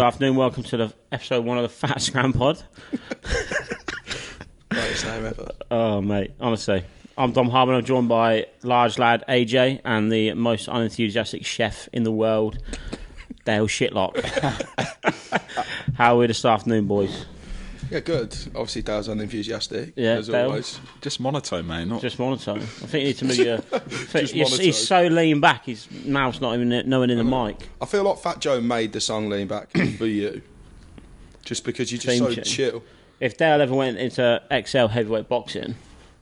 afternoon. Welcome to the episode one of the Fat Scram Pod. Greatest name ever. Oh, mate, honestly. I'm Dom Harmon. I'm joined by large lad AJ and the most unenthusiastic chef in the world, Dale Shitlock. How are we this afternoon, boys? Yeah, good. Obviously, Dale's unenthusiastic, Yeah, as Dale. always. Just monotone, mate. Not Just monotone. I think you need to move your. I think he's, monotone. he's so lean back, his mouth's not even nowhere in the mic. I feel like Fat Joe made the song Lean Back for you. Just because you're just Theme so tune. chill. If Dale ever went into XL heavyweight boxing,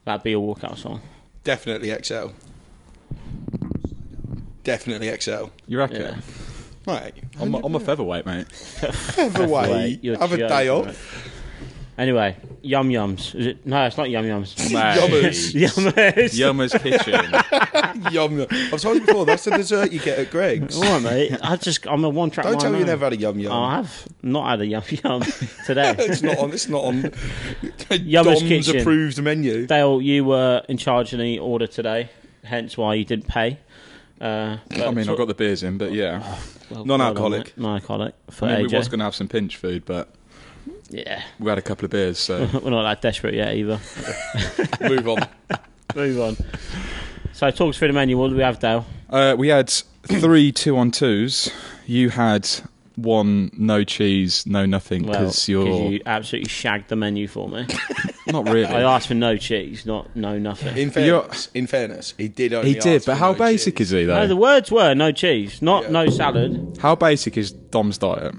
that'd be a walkout song. Definitely XL. Definitely XL. you reckon? Yeah. Mate, I'm, I'm a featherweight, mate. featherweight. Featherweight, you're Have a joking, day mate. off. Anyway, Yum Yums. Is it? No, it's not Yum Yums. Yummers. Mate. Yummers. Yummer's kitchen. yum yum. I've told you before, that's the dessert you get at Greg's. All right, mate. I just I'm a one track. Oh, Don't tell me you never had a yum yum. I have not had a yum yum today. It's not on. It's not on. Yummer's Dom's Kitchen. approved menu. Dale, you were in charge of the order today, hence why you didn't pay. Uh, I mean, I got the beers in, but yeah. Non-alcoholic. non-alcoholic for I mean, AJ. we was going to have some pinch food, but yeah, we had a couple of beers, so we're not that desperate yet either. Move on. Move on. So, talk us through the menu. What do we have, Dale? uh, we had three two on twos. You had one no cheese, no nothing because you're you absolutely shagged the menu for me. not I really. asked for no cheese, not no nothing. In You're- fairness, in fairness, he did. Only He did, ask but for how no basic cheese. is he no, the though? words were no cheese, not Yeah. no salad. How basic is Dom's diet?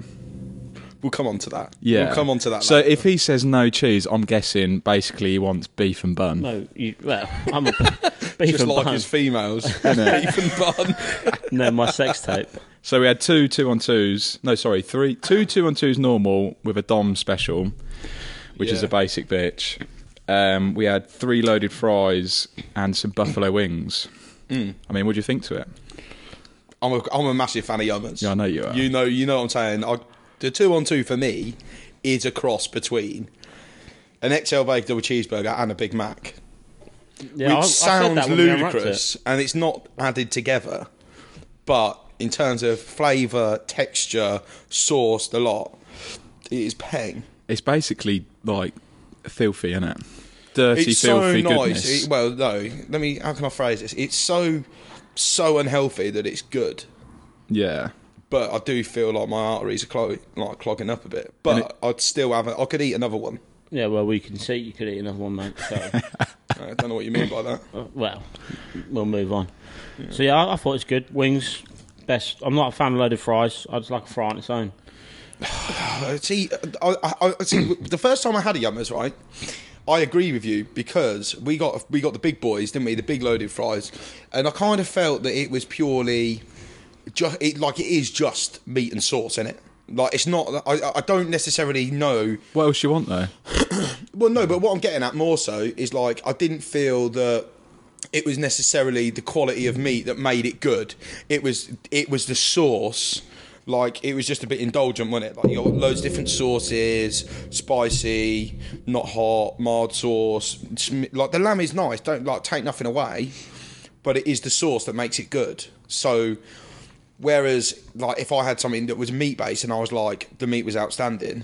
We'll come on to that. Yeah, we'll come on to that. So later. if he says no cheese, I'm guessing basically he wants beef and bun. No, you, well, I'm a beef just and like bun. his females, beef and bun. No, my sex tape. So we had two two on twos. No, sorry, three two two on twos normal with a dom special, which is Yeah. a basic bitch. Um, we had three loaded fries and some buffalo wings. Mm. I mean, what do you think to it? I'm a, I'm a massive fan of Yummers. Yeah, I know you are. You know, you know what I'm saying. I, the two on two for me is a cross between an XL baked double cheeseburger and a Big Mac, Yeah, which I- I said sounds that when we unwrapped ludicrous, and it's not added together. But in terms of flavour, texture, sauce, the lot, it is peng. It's basically like filthy, isn't it? Dirty, it's so filthy nice. goodness. It- well, no, let me. How can I phrase this? It's so so unhealthy that it's good, yeah, but I do feel like my arteries are clog, like clogging up a bit. But And it- I'd still have. A, I could eat another one. it. Yeah, well, we can see you could eat another one, mate. So, I don't know what you mean by that. uh, well, we'll move on. So yeah, I, I thought it's good. Wings, best. I'm not a fan of loaded fries. I just like a fry on its own. Uh, see, I, I, I, see, the first time I had a Yummers, right? I agree with you because we got we got the big boys, didn't we? The big loaded fries, and I kind of felt that it was purely, ju- it, like it is just meat and sauce in it. Like it's not. I- I, I don't necessarily know what else you want though? Well, no, but what I'm getting at more so is like I didn't feel that it was necessarily the quality of meat that made it good. It was it was the sauce. Like it was just a bit indulgent, wasn't it? Like you got loads of different sauces, spicy, not hot, mild sauce. sm- Like the lamb is nice. Don't like take nothing away, but it is the sauce that makes it good. So Whereas, like, if I had something that was meat based and I was like, the meat was outstanding.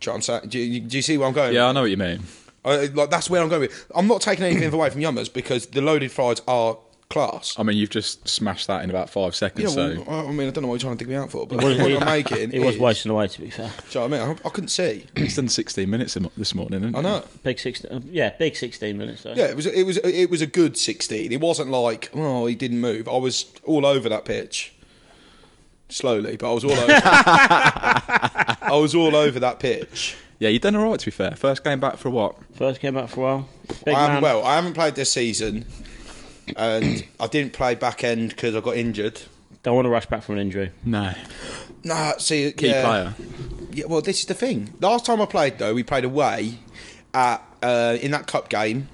Do you, know what I'm saying? Do you, do you see where I'm going? Yeah, I know what you mean. I, like that's where I'm going with. it. I'm not taking anything away from Yummers because the loaded fries are class. I mean, you've just smashed that in about five seconds. yeah, well, so I I mean, I don't know what you're trying to dig me out for, but It was- what it- I'm making, It was is- wasting away, to be fair. Do you know what I mean? I, I couldn't see. it's done 16 minutes in- this morning, isn't I know. Big sixteen. Yeah, big sixteen minutes. Though. Yeah, it was it was it was a good 16. It wasn't like oh he didn't move. I was all over that pitch. Slowly, but I was all over. I was all over that pitch. Yeah, you've done all right, to be fair. First game back for what? First came out for a while. Big I man. haven't, well, I haven't played this season, and I didn't play back end because I got injured. Don't want to rush back from an injury. No. Nah, see, Key yeah. player. Yeah, well, this is the thing. Last time I played, though, we played away at uh, in that cup game,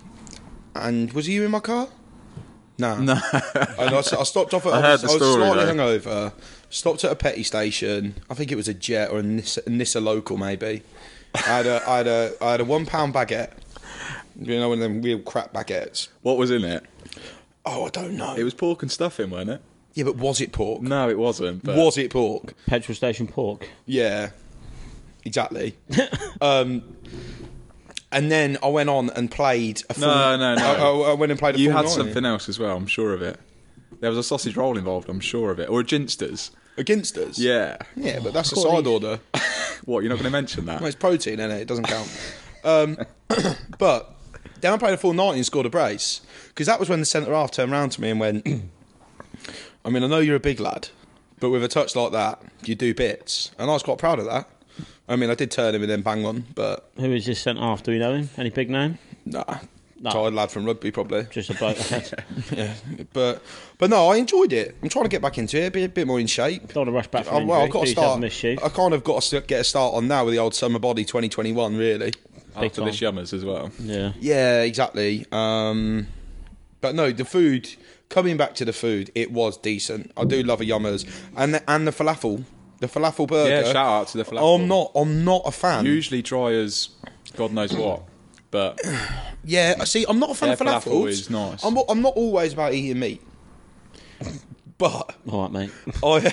and was you in my car? No, no. and I, s- I stopped off. At, I, was, heard the I was story, slightly though. hungover. Stopped at a petty station. I think it was a Jet or a Nissa, a Nissa local, maybe. I had a, I had a, I had a one pound baguette. You know, one of them real crap baguettes. What was in it? Oh, I don't know. It was pork and stuffing, wasn't it? yeah, but was it pork? No, it wasn't. But Was it pork? Petrol station pork. Yeah. exactly. um, and then I went on and played a full. No, no, no. I, I- I went and played a You full had night. something else as well. I'm sure of it. There was a sausage roll involved. I'm sure of it, or a ginsters. against us. Yeah. yeah, but that's a God, side he- order. What? You're not going to mention that? Well, it's protein in it. It doesn't count. um, but then I played a full 90 and scored a brace because that was when the centre half turned round to me and went, I mean, I know you're a big lad, but with a touch like that, you do bits. And I was quite proud of that. I mean, I did turn him and then bang one, but Who is this sent off? Do we know him? Any big name? nah. No. Tired lad from rugby, probably. Just a bloke. Don't Yeah, but but no, I enjoyed it. I'm trying to get back into it, be a bit more in shape. want to rush back from Oh, well, I've got to injury. Do yourself start. a mischief. I kind of got to get a start on now with the old summer body 2021, really. Big After this time. yummers as well. Yeah. Yeah, exactly. Um, but no, the food. Coming back to the food, it was decent. I do love a yummers and the, and the falafel, the falafel burger. Yeah, shout out to the falafel. I'm not. I'm not a fan. Usually try as God knows what, but Yeah, I see, I'm not a fan Yeah, of falafels. falafel is nice. I'm, I'm not always about eating meat, but All right, mate. I,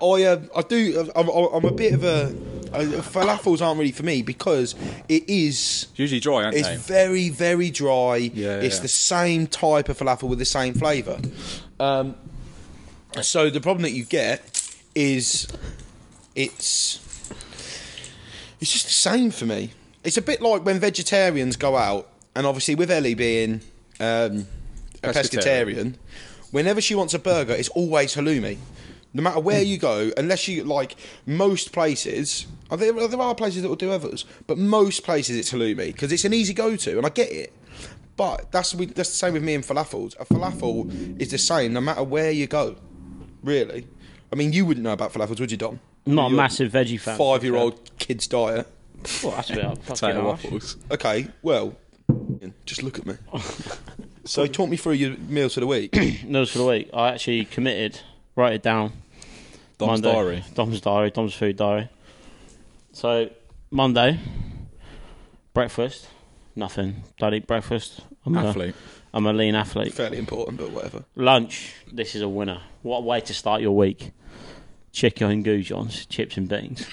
I, uh, I do. I'm, I'm a bit of a. Uh, falafels aren't really for me because it is. it's usually dry, aren't It's they? very, very dry. Yeah, it's yeah. the same type of falafel with the same flavour. Um, so the problem that you get is it's it's just the same for me. It's a bit like when vegetarians go out, and obviously with Ellie being um, a pescatarian, Pescatarian. whenever she wants a burger, it's always halloumi. No matter where you go, unless you like most places, uh, there, there are places that will do others, but most places it's halloumi because it's an easy go-to, and I get it. But that's with- that's the same with me and falafels. A falafel is the same no matter where you go, really. I mean, you wouldn't know about falafels, would you, Dom? Not a You're- massive veggie fan. five year old kid's diet. Well, that's a bit fucking Potato harsh. waffles. Okay, well, just look at me. So you talk me through your meals for the week. News for the week. I actually committed. Write it down. Dom's Monday. diary. Dom's diary. Dom's food diary. So Monday, breakfast, nothing. Don't eat breakfast. I'm Athlete. A, I'm a lean athlete. Fairly important, but whatever. Lunch. This is a winner. What a way to start your week. Chicken and goujons, chips and beans.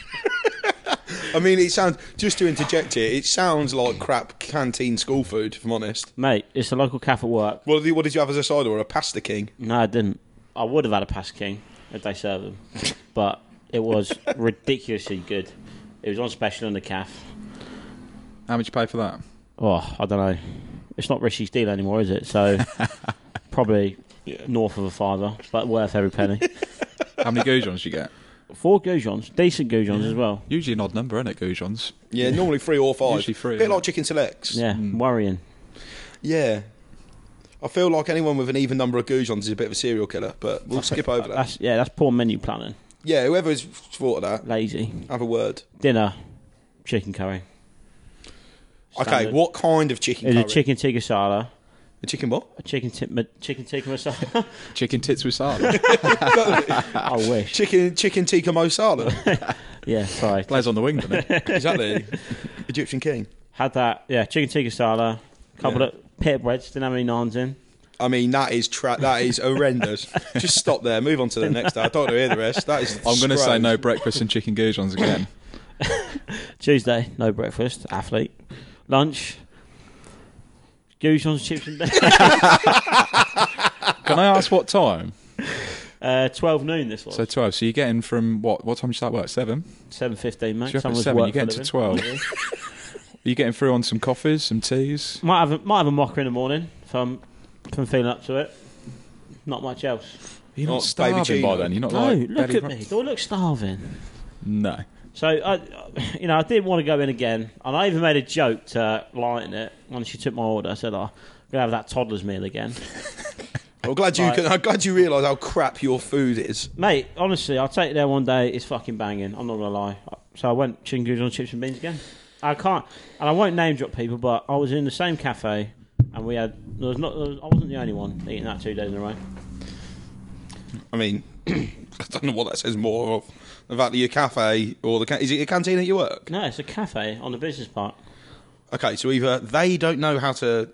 I mean, it sounds just to interject here. It sounds like crap canteen school food, if I'm honest. Mate, it's the local cafe at work. What did you, what did you have as a side or a pasta king? No, I didn't. I would have had a pass king if they served them, but it was ridiculously good. It was on special in the calf. How much you pay for that? Oh, I don't know. It's not Rishi's deal anymore, is it? So probably north of a fiver, but worth every penny. How many goujons you get? Four goujons, decent goujons as well. Usually an odd number, isn't it? Goujons. Yeah, normally three or five. Usually three, Bit isn't like it? chicken selects. Yeah, worrying. Yeah. I feel like anyone with an even number of goujons is a bit of a serial killer, but we'll skip over that. That's yeah, that's poor menu planning. Yeah, whoever's thought of that, Lazy have a word. dinner, chicken curry. Okay, Standard. what kind of chicken? It's a curry? chicken tikka masala, A chicken what? a chicken ti- ma- chicken tikka masala. Chicken tits with salad. I wish. Chicken chicken tikka masala. Yeah, sorry. Plays on the wing, doesn't it? exactly. Egyptian king. Had that. Yeah, chicken tikka masala. Couple of pita breads. Didn't have any naans in. I mean that is tra- that is horrendous. Just stop there. Move on to the next. Day. I don't want to hear the rest. That is. I'm going to say disgrace. no breakfast and chicken goujons again. Tuesday, no breakfast. Athlete. Lunch. Goujons, chips and Can I ask what time? Uh, 12 noon this was. So 12. So you're getting from what? What time does that work? 7? 7.15, mate. So you're up at Someone's 7, worked you're getting for a to living. 12. You're getting through on some coffees, some teas. might, have a, might have a mocker in the morning if I'm, if I'm feeling up to it. Not much else. You're Not not Oh, baby starving by Gino. then. You're not No, look like. belly at ru- me. Do I look starving? No. So, I, you know, I did want to go in again, and I even made a joke to lighten it when she took my order. I said, oh, I'm going to have that toddler's meal again. I'm glad you. Right. Can, I'm glad you realise how crap your food is. Mate, honestly, I'll take it there one day. It's fucking banging. I'm not gonna lie. So I went chicken goujons, chips and beans again. I can't, and I won't name drop people, but I was in the same cafe, and we had. There was not. There was, I wasn't the only one eating that two days in a row. I mean, I don't know what that says more of. About your cafe or the ca- is it your canteen at your work? No, it's a cafe on the business park. Okay, so either they don't know how to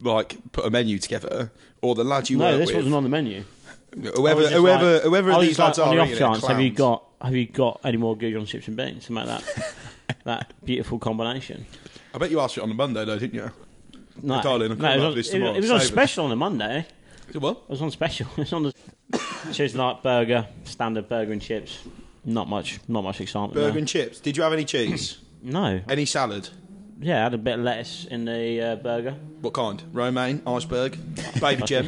like put a menu together, or the lad you No, work this with, wasn't on the menu. I whoever was just whoever like- whoever I was these just like, lads on are, the eating off it, chance, have you clowns. got have you got any more Goujon on chips and beans to make that that beautiful combination? I bet you asked it on a Monday though, didn't you? No, Darling, I no, it was can't have on, this it was- tomorrow, it was on save it. special on a Monday. It Well, was on special. It was on the Tuesday night burger, standard burger and chips. Not much, not much excitement. burger there. and chips. Did you have any cheese? No, any salad? yeah, I had a bit of lettuce in the uh, burger. What kind? Romaine, iceberg, baby gem.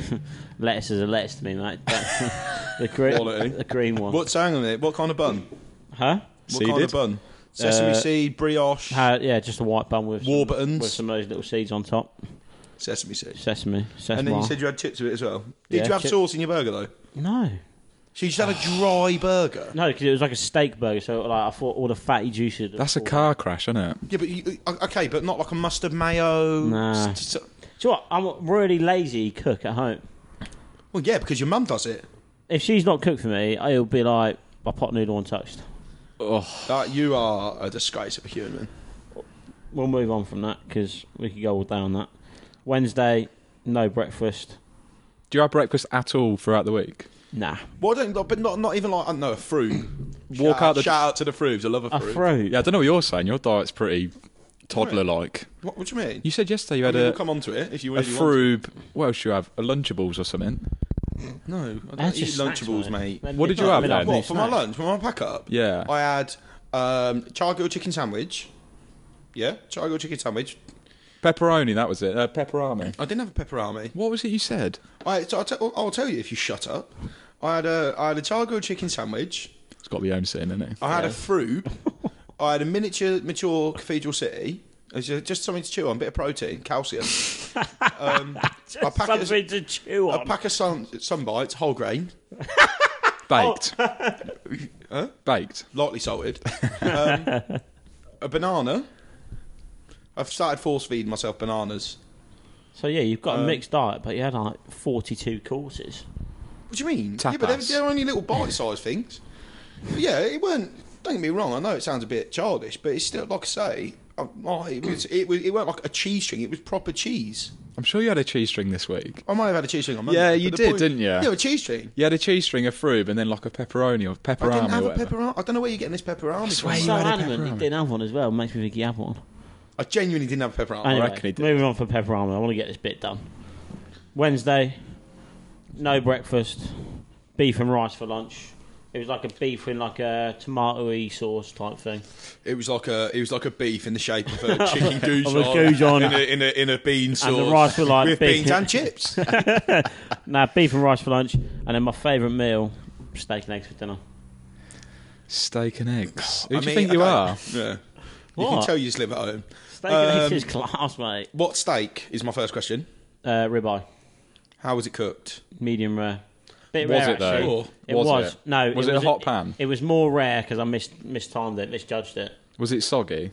Lettuce is a lettuce to me, mate. That- the green, Quality. the green one. What's hang on it? What kind of bun? Huh? What Seeded? kind of bun? Sesame Uh, seed, brioche, Uh, yeah, just a white bun with some- Warburtons. with some of those little seeds on top. sesame seed. Sesame, sesame. And then you said you had chips with it as well. Did Yeah, you have chip- sauce in your burger though? no, So you just had a dry burger. no, because it was like a steak burger. So like I thought all the fatty juices. That's Oh. a car crash, isn't it? Yeah, but you, uh, okay, but not like a mustard mayo. Nah. S- s- Do you know what? I'm a really lazy cook at home. well, yeah, because your mum does it. If she's not cooked for me, it'll be like a pot noodle on toast. Uh, you are a disgrace of a human. We'll move on from that because we could go all day on that. Wednesday, no breakfast. Do you have breakfast at all throughout the week? Nah, Well, I don't, but not not even like I don't know a fruit. Walk shout out the- shout out to the fruits. I love a a fruit. fruit. Yeah, I don't know what you're saying. Your diet's pretty toddler-like. What, what do you mean? You said yesterday you I had mean, a we'll come on to it if you uh, a really want. froob. What else you have? A lunchables or something? to. No, I don't That's eat just snacks, Lunchables, mate. What did you have, Midnight then? What for my snacks. lunch? For my pack up? Yeah. I had um, chargrilled chicken sandwich. Yeah, chargrilled chicken sandwich. Pepperoni. That was it. Uh, pepperami. I didn't have a pepperami. What was it you said? I, so I'll, te- I'll tell you if you shut up. I had a I had a chargrilled chicken sandwich. It's got to be own sin, isn't it? I had a fruit. I had a miniature mature cathedral city. It was ju- just something to chew on, bit of protein, calcium. um, a pack of Something to chew a on. pack of sun sunbites, whole grain, Baked. Oh. Baked. lightly salted. Um, a banana. I've started force feeding myself bananas. So yeah, you've Uh, got a mixed diet, but you had like forty-two courses. What do you mean? Yeah, but they're, Tapas. they're only little bite-sized things. But yeah, it weren't. Don't get me wrong. I know it sounds a bit childish, but it's still like I say. I, I- it was. It was. It weren't like a cheese string. It was proper cheese. I'm sure you had a cheese string this week. I might have had a cheese string on Monday. Yeah, but you the did, point- didn't you? Yeah, a cheese string. You had a cheese string, a froob, and then like a pepperoni or I didn't pepperami have or a whatever. pepperoni. I don't know where you're getting this pepperoni swear from. you So had a adamant, you pepperoni. didn't have one as well. Makes me think you have one. I genuinely didn't have a pepperoni. Anyway, reckon he did. moving on for pepperami. I want to get this bit done. Wednesday, no breakfast, beef and rice for lunch. It was like a beef in like a tomatoey sauce type thing. It was like a. It was like a beef in the shape of a chicken goujon. goujon. in a in a, in a bean sauce. rice were like with big- beans and chips. Now beef and rice for lunch, and then my favourite meal, steak and eggs for dinner. Steak and eggs. Who Oh, I do mean, you think you okay, are? Yeah. You can What? tell you just live at home. Steak and eggs Um, is class, mate. What steak is my first question? Uh, ribeye, How was it cooked? medium rare. Bit Was rare, it though? actually. Sure. It Was was. it? No. Was it a hot pan? It, was more rare because I mis- mistimed it, misjudged it. Was it soggy?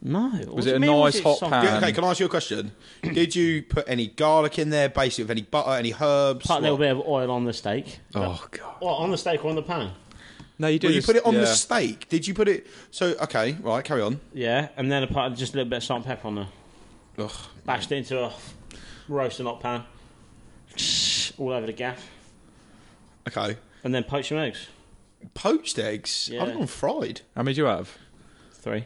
No. it a nice hot Um, pan? Yeah, okay, can I ask you a question? Did you put any garlic in there, basically, with any butter, any herbs? Put a little What- bit of oil on the steak. Oh god. What, on the steak or on the pan? No, you do. Well, you this- put it on yeah. the steak. Did you put it? So okay, right, carry on. Yeah, and then I put just a little bit of salt and pepper on there. Ugh. Bashed it into a roasting hot pan. All over the gaff. Okay, And then poached some eggs. poached eggs. Yeah. I've gone fried. How many do you have? Three.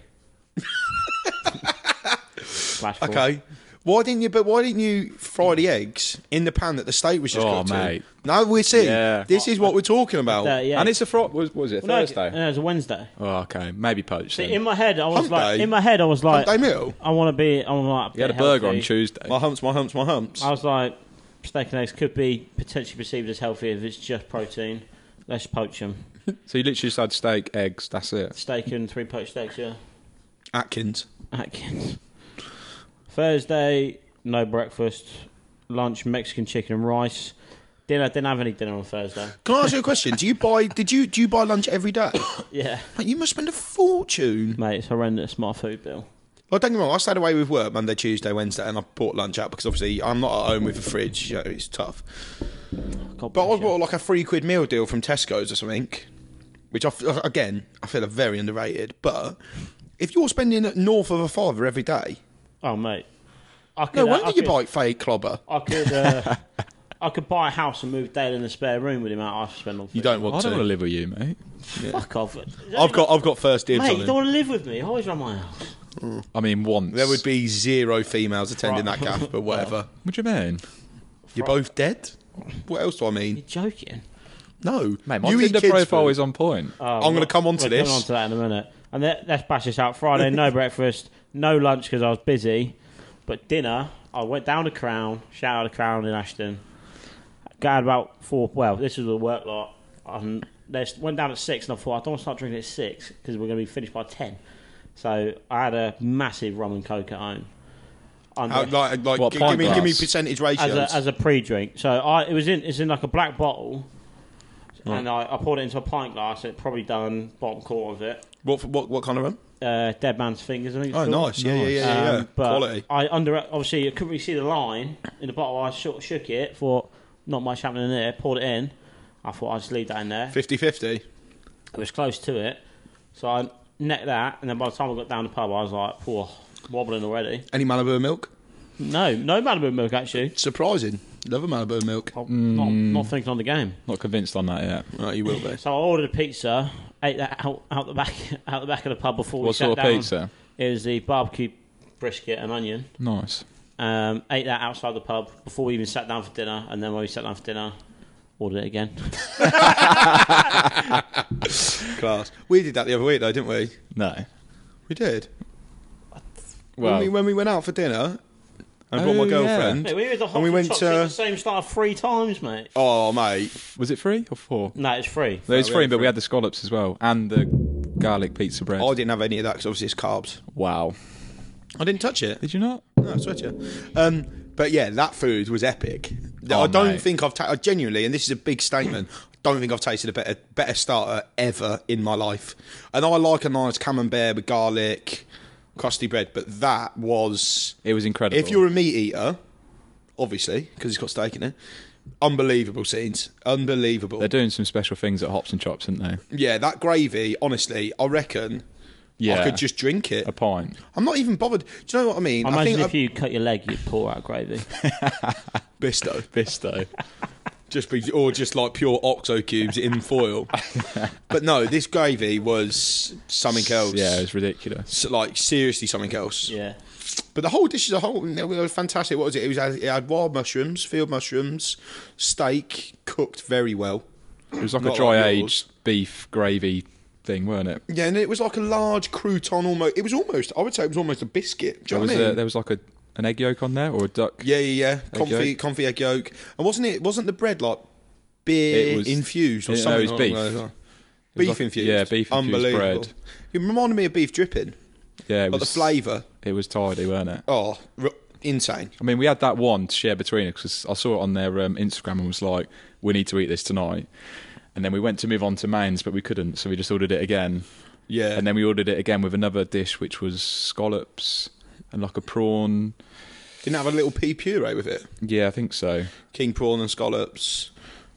Slash four. Okay, why didn't you? But why didn't you fry the eggs in the pan that the steak was just Oh, cooked mate. in? No, we see. Yeah. This is what we're talking about. Uh, yeah. And it's a fro. Was, was it a No, Thursday? No, it uh, was a Wednesday. oh, okay. Maybe poached. See, then. in my head, I was Hump like, day. in my head, I was like, Day meal. I want to be, I want to like. You had a bit burger on healthy. Tuesday. My humps, my humps, my humps. I was like, steak and eggs could be potentially perceived as healthy if it's just protein. Let's poach them. So you literally just had steak, eggs. That's it. Steak and three poached eggs, yeah. Atkins. Atkins. Thursday, no breakfast. Lunch, Mexican chicken and rice. Dinner, didn't have any dinner on Thursday. Can I ask you a question? Do you buy? Did you do you buy lunch every day? Yeah. Mate, you must spend a fortune. Mate, it's horrendous, my food bill. Well, don't get me wrong. I stayed away with work Monday, Tuesday, Wednesday, and I bought lunch out because obviously I'm not at home with a fridge. You know, it's tough. God But I bless you. bought like a three quid meal deal from Tesco's or something, which I f- uh, again I feel are very underrated. But if you're spending north of a fiver every day, Oh, mate. I could, no uh, I wonder you could- buy fake clobber. I could, uh, I could buy a house and move Dale in the spare room with him out after spend on. You don't I want don't want to to. live with you, mate. Fuck off. I've got I've got first dibs Mate, on you him. don't want to live with me. I always run my house. I mean, once. There would be zero females attending Right. that gaff, but whatever. What do you mean? You're both dead. What else do I mean? You're joking. No, Mate, my you eat Tinder kids' profile food. is on point. Oh, I'm gonna we're- come on to we're this. Coming on to that in a minute. And let- let's bash this out. Friday, no breakfast, no lunch because I was busy. But dinner, I went down to Crown. Shout out to Crown in Ashton. Got about four. Well, this was a work lot. And they s- went down at six, and I thought I don't want to start drinking at six because we're going to be finished by ten. So I had a massive rum and coke at home. Under- How- like, like, What, gi- pint give me, give me glass? percentage ratios. as a, as a pre-drink. So I, it was in it's in like a black bottle, and I, I poured it into a pint glass. And it probably done bottom quarter of it. what, what, what kind of rum? Uh, Dead man's fingers. I think it's Oh, called. nice. Yeah, yeah, yeah, yeah. yeah. Um, but Quality. I under obviously I couldn't really see the line in the bottle. I sort of shook it. Thought not much happening in there. Poured it in. I thought I'd just leave that in there. 50-50. It was close to it, so I necked that. And then by the time I got down the pub, I was like, "Poor." Wobbling already. Any Malibu milk? No, no Malibu milk actually. Surprising. Love a Malibu milk. I'm Not, not Mm. thinking on the game. Not convinced on that yet. Oh, you will be. So I ordered a pizza, ate that out, out the back out the back of the pub before we What sat sort of down. pizza? It was the barbecue brisket and onion. Nice. Um, ate that outside the pub before we even sat down for dinner, and then when we sat down for dinner, ordered it again. Class. We did that the other week, though, didn't we? No. We did. when, Well, we, when we went out for dinner, and I brought my Oh, yeah. girlfriend. Mate, we were at the hot And we went the to. same start three times, mate. Oh, mate. was it three or four? No, it's free. There was we three, had but three. Oh, we had the scallops as well and the garlic pizza bread. I didn't have any of that because obviously it's carbs. wow. I didn't touch it. Did you not? No, I swear to you. Um, but yeah, that food was epic. Oh, I don't mate. think I've ta- I genuinely, and this is a big statement. I don't think I've tasted a better better starter ever in my life. And I like a nice camembert with garlic, crusty bread, but that was It was incredible. if you're a meat eater, obviously because it's got steak in it. Unbelievable scenes, unbelievable. They're doing some special things at Hops and Chops, aren't they? yeah, that gravy. Honestly, I reckon Yeah. I could just drink it. A pint. I'm not even bothered. Do you know what I mean? I I imagine think if you cut your leg, you'd pour out gravy. Bisto. Bisto. just be or just like pure octo cubes in foil. but no, this gravy was something else. Yeah, it was ridiculous. S- like seriously something else. yeah. But the whole dish as a whole, it was fantastic. What was it? It, was, it had wild mushrooms, field mushrooms, steak cooked very well. It was like Not a dry like yours. aged beef gravy thing, weren't it? Yeah, and it was like a large crouton almost. It was almost. I would say it was almost a biscuit. Do you There Oh, was, know what I a, mean? there was like a, an egg yolk on there or a duck. yeah, yeah, yeah. Egg Comfy, yolk. comfy egg yolk. And wasn't it? Wasn't the bread like beer It was- infused or it- no, something? it was along beef. those lines? was Beef like- infused. yeah, beef infused Unbelievable. bread. It reminded me of beef dripping. Yeah, it But was, the flavour, it was tidy, weren't it? oh, r- insane. I mean, we had that one to share between us 'cause I saw it on their um, Instagram and was like, we need to eat this tonight. And then we went to move on to Main's, but we couldn't, so we just ordered it again. Yeah. And then we ordered it again with another dish, which was scallops and like a prawn. Didn't it have a little pea puree with it. Yeah, I think so. King prawn and scallops,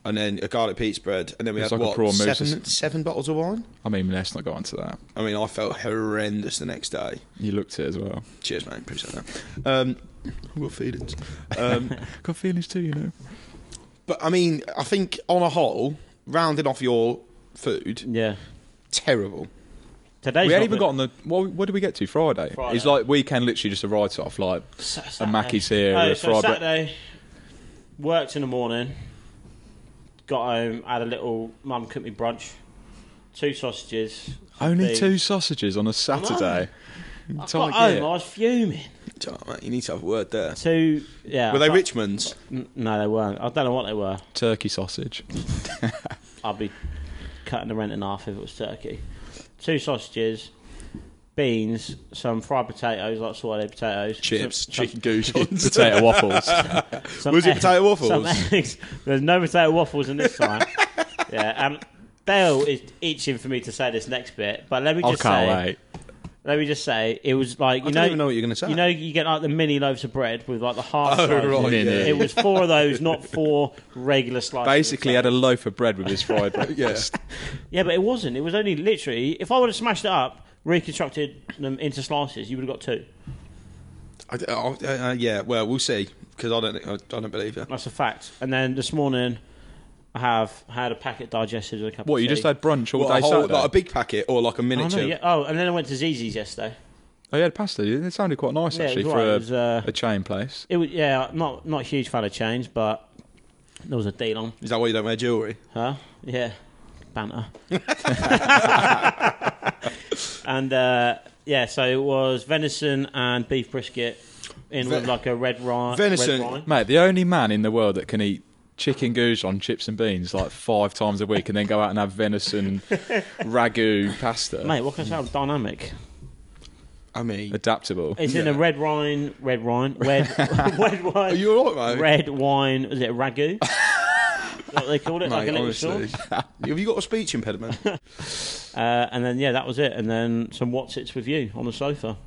and then a garlic pizza bread, and then we It's had like a what prawn mousse. seven, seven bottles of wine. I mean, let's not go on to that. I mean, I felt horrendous the next day. You looked it as well. Cheers, mate. Appreciate that. Um, I've got feelings. Um, Got feelings too, you know. but I mean, I think on a whole, rounding off your food, Yeah. terrible. Today's we not hadn't even been- got on the. What, what did we get to? Friday. Friday. It's like weekend, literally just a write off. Like Sa- a Saturday. Mackey's here, Oh, a so fried bread. Saturday, worked in the morning, got home, had a little mum cooked me brunch, two sausages. Only big- two sausages on a Saturday. I got home, Tight I gear. was fuming. Do you know what, mate? You need to have a word there. Two, yeah. Were I they got- Richmonds? N- No, they weren't. I don't know what they were. Turkey sausage. I'd be cutting the rent in half if it was turkey. Two sausages, beans, some fried potatoes, like sauteed potatoes, Chips, some, chicken goujons. potato waffles. some, some Was it egg- potato waffles? Some eggs. There's no potato waffles in this time. yeah, um, Dale is itching for me to say this next bit, but let me I just say, can't wait. let me just say, it was like you don't know, even know what you're gonna say. You know, you get like the mini loaves of bread with like the half. Oh, slices. right, yeah. It was four of those, not four regular slices. Basically, had a loaf of bread with his fried Yeah. breakfast. Yeah, but it wasn't. It was only literally. If I would have smashed it up, reconstructed them into slices, you would have got two. I, d- I- I- uh, yeah, well, we'll see because I don't, I, I don't believe you. That's a fact. And then this morning, I have had a packet digested with a cup What, of you tea. just had brunch all What, a day whole, Saturday? like a big packet or like a Oh, miniature? no, yeah. oh, and then I went to Zizi's yesterday. Oh, you had pasta. didn't you? It sounded quite nice, Yeah, it actually, was for right. a, It was, uh, a chain place. It was yeah, not not a huge fan of chains, but there was a deal on. Is that why you don't wear jewellery? Huh? Yeah. Banter. and uh, yeah, so it was venison and beef brisket in Ve- with like a red wine. Venison. Red wine. Mate, the only man in the world that can eat chicken goulash on chips and beans like five times a week and then go out and have venison, ragu, pasta. Mate, what can I say? I'm dynamic. I mean, Adaptable. It's in a Yeah. red wine, red wine, red, red wine. are you all right, mate? red wine. Is it ragu? Is that what they called it, like a mate, little honestly, sauce. have you got a speech impediment? Uh, and then yeah, that was it. And then some what's it's with you on the sofa.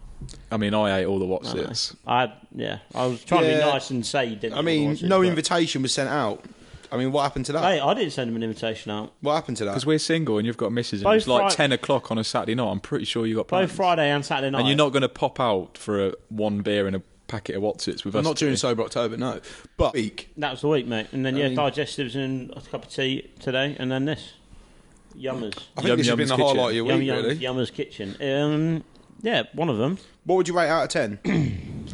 I mean, I ate all the what's know. its. I yeah, I was trying to be Yeah. nice and say you didn't. I mean, watch it, no but- invitation was sent out. I mean, what happened to that? Hey, I didn't send him an invitation out. What happened to that? Because we're single and you've got misses and Both it's like Fri- 10 o'clock on a Saturday night. I'm pretty sure you Both got plans. Friday and Saturday night. And you're not going to pop out for a, one beer and a packet of what's its with us. Not two. during sober October, no. But week. That was the week, mate. And then I yeah, mean- digestives and a cup of tea today, and then this. Yummers. I think Yum this has been Yum's the Kitchen. highlight of your Yum week, Yum really. Yummers kitchen. Um, yeah, one of them. What would you rate out of ten?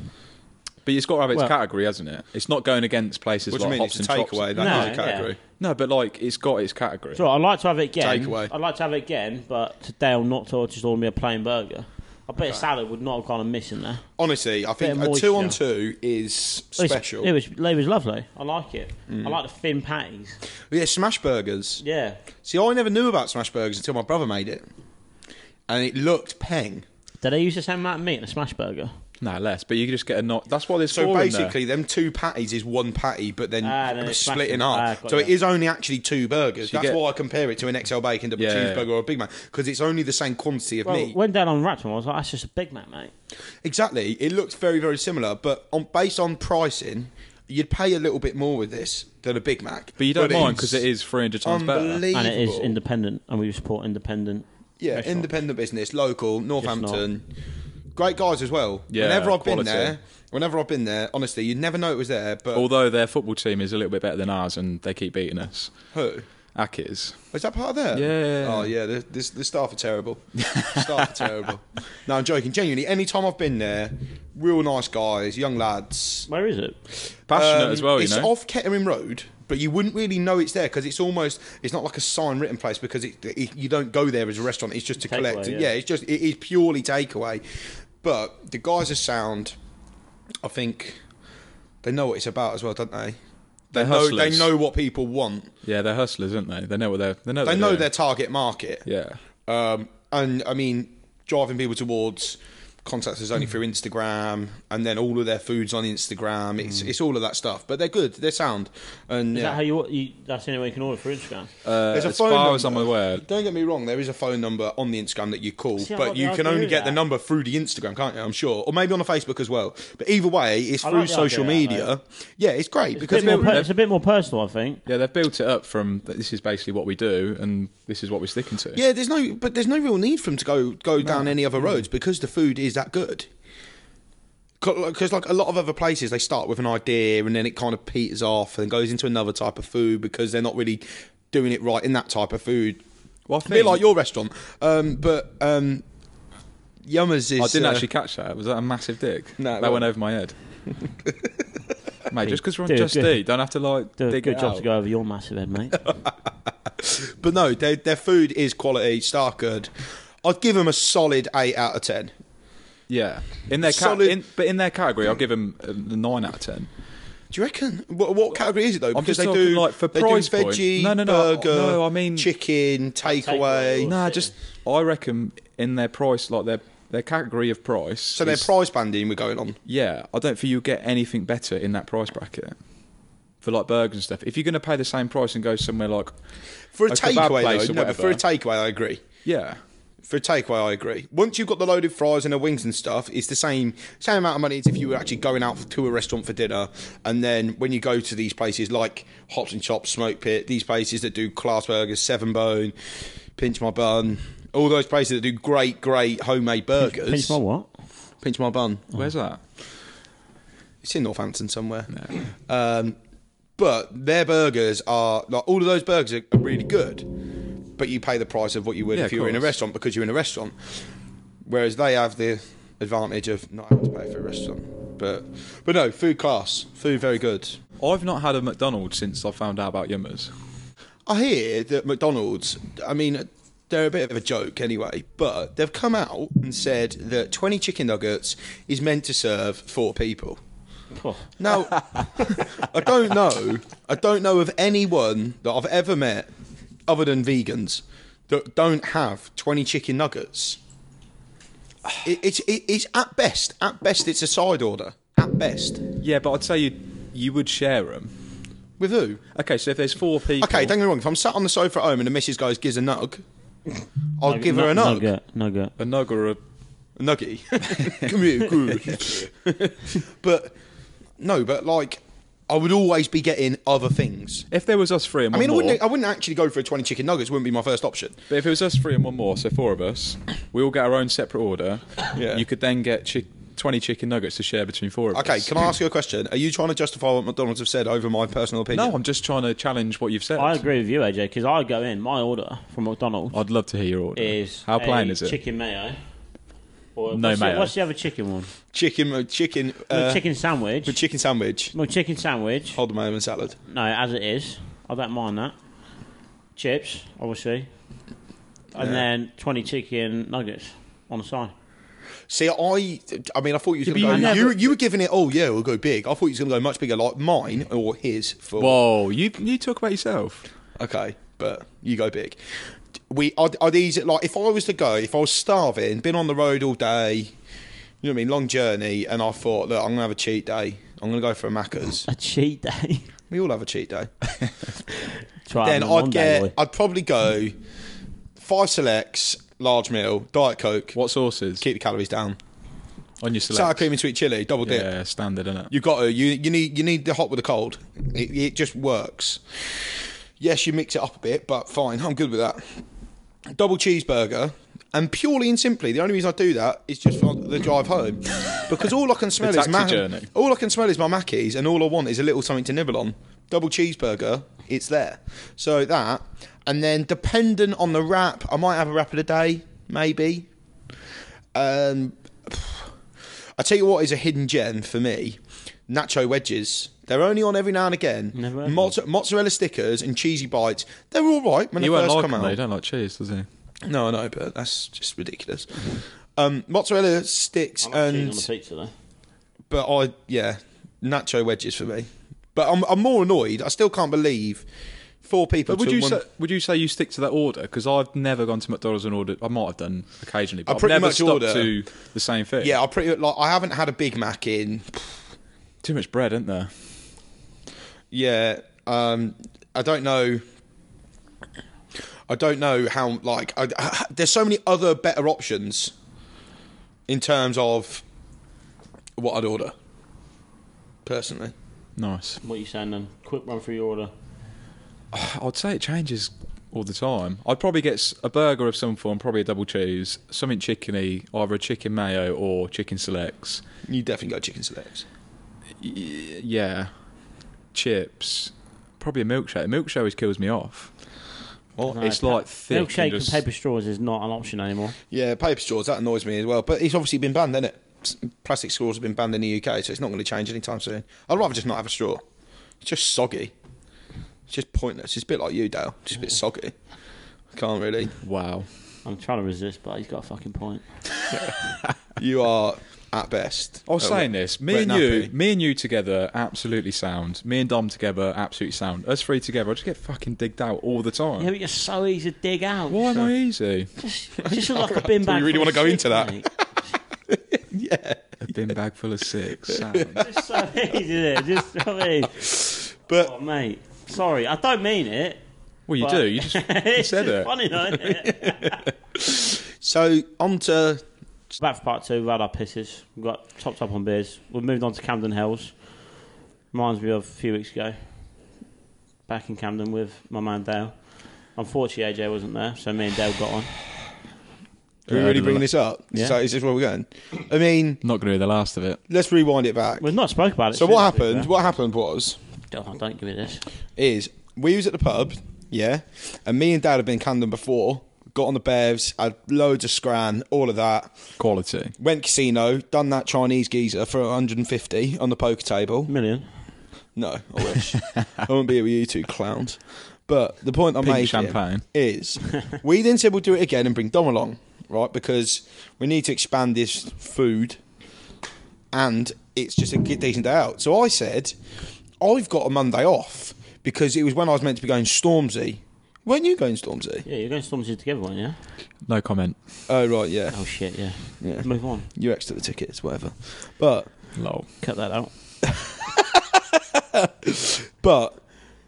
But it's got to have its Well- category, hasn't it? It's not going against places What do you like mean? Hops It's a and Chops. takeaway. That No, is a category. No, but like it's got its category. So I'd like to have it again. Takeaway. I'd like to have it again, but today I'm not. So I just ordered me a plain burger. I bet a salad would not have gone amiss in there. Honestly, I think of a moisture. two on two is It's- special. Mm. It was, it was lovely. I like it. I like the thin patties. Yeah, smash burgers. Yeah. See, I never knew about smash burgers until my brother made it, and it looked peng. Did they use the same amount of meat in a smash burger? No, less. But you can just get a knot. That's why there's So four in there. basically, them two patties is one patty, but then Ah, then it's it's split smashing. in Ah, half. got so you. it is only actually two burgers. So you That's get- why I compare it to an XL bacon double Yeah. cheeseburger or a Big Mac because it's only the same quantity of Well, meat. when Dad unwrapped one, I was like, "That's just a Big Mac, mate." Exactly. It looks very, very similar, but on based on pricing, you'd pay a little bit more with this than a Big Mac. But you don't 'cause mind it's because it is 300 times better. unbelievable. And it is Unbelievable. independent, and we support independent. Yeah, restaurant. independent business, local, not- Northampton. Great guys as well. Yeah, whenever I've been quality. there, whenever I've been there, honestly, you'd never know it was there. But Although their football team is a little bit better than ours and they keep beating us. who? Aki's. Is that part of there? Yeah. Oh yeah. The, this, the staff are terrible. staff are terrible. No, I'm joking. Genuinely, any time I've been there, real nice guys, young lads. Where is it? Passionate Um, as well, you it's know. off Kettering Road, but you wouldn't really know it's there because it's almost it's not like a sign written place because it, it, you don't go there as a restaurant. It's just to collect. Takeaway, Yeah. yeah. it's just it is purely takeaway. But the guys are sound. I think they know what it's about as well, don't they? They They're know they hustlers. know what people want. yeah, they're hustlers, aren't they? They know what they're. They know. They they're know doing. their target market. Yeah. Um, and I mean, driving people towards contacts is only through Instagram, and then all of their foods on Instagram. It's it's all of that stuff. But they're good. They're sound. And Mm. Is yeah. that how you, you? That's the only way you can order for Instagram. Uh, There's a as phone far number. as I'm aware, Don't get me wrong. There is a phone number on the Instagram that you call, See, I but like you the can idea only of get the that. number through the Instagram, can't you? I'm sure, or maybe on the Facebook as well. But either way, it's I through like the social idea of that, media. yeah, it's great It's a, because bit more it- per- it's a bit more personal, I think. yeah, they've built it up from that this is basically what we do and this is what we're sticking to. yeah, there's no but there's no real need for them to go go down any Mm. other roads because the food is that good. Because like a lot of other places, they start with an idea and then it kind of peters off and goes into another type of food because they're not really doing it right in that type of food. Well, I A bit think- like your restaurant, um, but um, Yummers is. I didn't uh, actually catch that. Was that a massive dick? No, that well- went over my head. Mate, just because we're on Do a Just good- Eat, don't have to like Do a dig good it job out. to go over your massive head, mate. But no, their their food is quality, star good. I'd give them a solid eight out of ten. Yeah, in their cat, Solid- in, but in their category, I'll give them a nine out of ten. Do you reckon? What, what category is it though? I'm Because just they talking, do like, for they price do point. veggie, No, no, no, burger, no, I mean- chicken takeaway. Takeaway. Nah, Yeah. just I reckon in their price, like their their category of price. So their is- price banding we're going on. Yeah, I don't think you'll get anything better in that price bracket for like burgers and stuff. If you're going to pay the same price and go somewhere like, For a, A kebab takeaway place though, or no, but for a whatever. takeaway I agree. yeah, For a takeaway I agree. Once you've got the loaded fries and the wings and stuff, it's the same same amount of money as if you were actually going out to a restaurant for dinner. And then when you go to these places like Hops and Chops, Smoke Pit, these places that do class burgers, Seven Bone, Pinch My Bun, all those places that do great, great homemade burgers. Pinch my what? Pinch My Bun. where's that? It's in Northampton somewhere. Um, but their burgers are like all of those burgers are, are really good, but you pay the price of what you would Yeah, if of you were in a course. restaurant because you're in a restaurant. Whereas they have the advantage of not having to pay for a restaurant. But but no, food class, food very good. I've not had a McDonald's since I found out about Yummers. I hear that McDonald's, I mean, they're a bit of a joke anyway, but they've come out and said that 20 chicken nuggets is meant to serve four people. Oh. Now, I don't know. I don't know of anyone that I've ever met, other than vegans, that don't have 20 chicken nuggets. It, it's, it, it's at best, at best, it's a side order. At best. Yeah, but I'd say you you would share them. With who? Okay, so if there's four people, Okay, don't get me wrong. If I'm sat on the sofa at home and the missus goes, gives a nug, I'll give her a nug. Nugget, nugget. a nug or a Nuggy. Come here, good. but no, but like, I would always be getting other things. if there was us three and I one mean, I more, wouldn't, I wouldn't actually go for a 20 chicken nuggets, wouldn't be my first option. but if it was us three and one more, so four of us, we all get our own separate order. Yeah. You could then get chick- twenty chicken nuggets to share between four of Okay, us. can I ask you a question? Are you trying to justify what McDonald's have said over my personal opinion? No, I'm just trying to challenge what you've said. I agree with you, AJ, because I go in. My order from McDonald's would love to hear your order. is How a plain is it? Chicken mayo. Or No what's mayo. The, what's the other chicken one? chicken, uh, chicken, uh, My chicken sandwich. with chicken sandwich, My chicken sandwich. hold my own salad. No, as it is. I don't mind that. Chips, obviously. And Yeah. then 20 chicken nuggets on the side. See, I, I mean, I thought you Yeah, were going but to you go. never- You, you were giving it. Oh yeah, we'll go big. I thought you were going to go much bigger, like mine or his. For Whoa, you you talk about yourself. Okay, but you go big. We I'd, I'd ease it like if I was to go, if I was starving, been on the road all day, you know what I mean, long journey, and I thought, look, I'm gonna have a cheat day. I'm gonna go for a Macca's. A cheat day. We all have a cheat day. Try having then a I'd Monday, get, boy. I'd probably go five selects, large meal, diet coke, What sauces keep the calories down, on your select? sour cream and sweet chili, double dip. Yeah, standard, innit? You got to. You you need you need the hot with the cold. It, it just works. Yes, you mix it up a bit, but fine. I'm good with that. Double cheeseburger. And purely and simply, the only reason I do that is just for the drive home, because all I can smell is taxi ma- journey. all I can smell is my Mackies, and all I want is a little something to nibble on. Double cheeseburger, it's there. So that, and then dependent on the wrap, I might have a wrap of the day, maybe. Um, I tell you what is a hidden gem for me: nacho wedges. They're only on every now and again. Never heard Mozza- mozzarella stickers and cheesy bites. They're all right when they You won't first like come them, though. You out. don't like cheese, does he? No, I know, but that's just ridiculous. Um, mozzarella sticks I'm not cheating on the and pizza, though. but I yeah, nacho wedges for me. But I'm, I'm more annoyed. I still can't believe four people. But would to you one- say, would you say you stick to that order? Because I've never gone to McDonald's and ordered. I might have done occasionally, I but I've pretty never much stuck order- to the same thing. Yeah, I pretty like I haven't had a Big Mac in too much bread, isn't there? Yeah, um, I don't know. I don't know how. Like, I, there's so many other better options in terms of what I'd order. Personally, Nice. What are you saying then? Quick run through your order. I'd say it changes all the time. I'd probably get s- a burger of some form, probably a double cheese, something chickeny, either a chicken mayo or chicken selects. you definitely go chicken selects. Y- yeah, chips, probably a milkshake. A milkshake always kills me off. What? No, it's pa- like thick. and Milkshake and just- paper straws is not an option anymore. Yeah, paper straws that annoys me as well. But it's obviously been banned, isn't it? Plastic straws have been banned in the UK, so it's not going to change anytime soon. I'd rather just not have a straw. It's just soggy. It's just pointless. It's a bit like you, Dale. Just a bit soggy. I can't really. Wow. I'm trying to resist, but he's got a fucking point. You are at best. I was Uh, saying this. Me wet and you, nappy. me and you together, absolutely sound. Me and Dom together, absolutely sound. Us three together, I just get fucking digged out all the time. Yeah, but you're so easy to dig out. Why am I easy? Just, just look like a bin Do we bag. really full wanna of go shit, into that? mate. A bin bag full of six. Sound. It's so easy there. Just, I mean, But oh, mate. Sorry, I don't mean it. Well, you but- do. You just you it's said just it. funny, though, isn't it? so on to Back for part two, we've had our pisses. We've got topped up on beers. We've moved on to Camden Hills. Reminds me of a few weeks ago. Back in Camden with my man Dale. Unfortunately, AJ wasn't there, so me and Dale got on. Are we Yeah, really I bringing don't this up? Yeah. So is this where we're going? I mean, Not going to do the last of it. let's rewind it back. We've not spoke about it. So since, what to be happened? fair. What happened was Oh, don't give me this. is we was at the pub, yeah, and me and Dad had been Camden before. Got on the bevs, had loads of scran, all of that. Quality. Went casino, done that Chinese geezer for 150 on the poker table. Million. No, I wish. I wouldn't be with you two clowns. But the point I'm Pink making champagne. is we then said we'll do it again and bring Dom along, right? Because we need to expand this food and it's just a good, decent day out. So I said, I've got a Monday off because it was when I was meant to be going Stormzy. Weren't you going Stormzy? Yeah, you're going Stormzy together, weren't you? No comment. Oh, right, yeah. Oh shit, yeah. Yeah. Move on. You extra the tickets, whatever. But Lol. Cut that out. But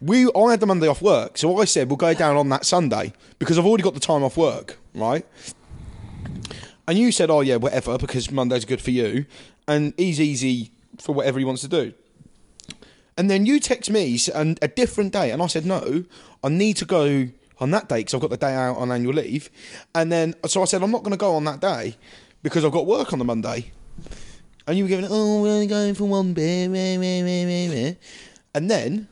we, I had the Monday off work, so I said we'll go down on that Sunday because I've already got the time off work, right? And you said, oh yeah, whatever, because Monday's good for you, and he's easy for whatever he wants to do. And then you text me s- and a different day, and I said no, I need to go on that day because I've got the day out on annual leave. And then so I said I'm not going to go on that day because I've got work on the Monday. And you were giving, oh, we're only going for one beer, meh, meh, meh, meh, meh. and then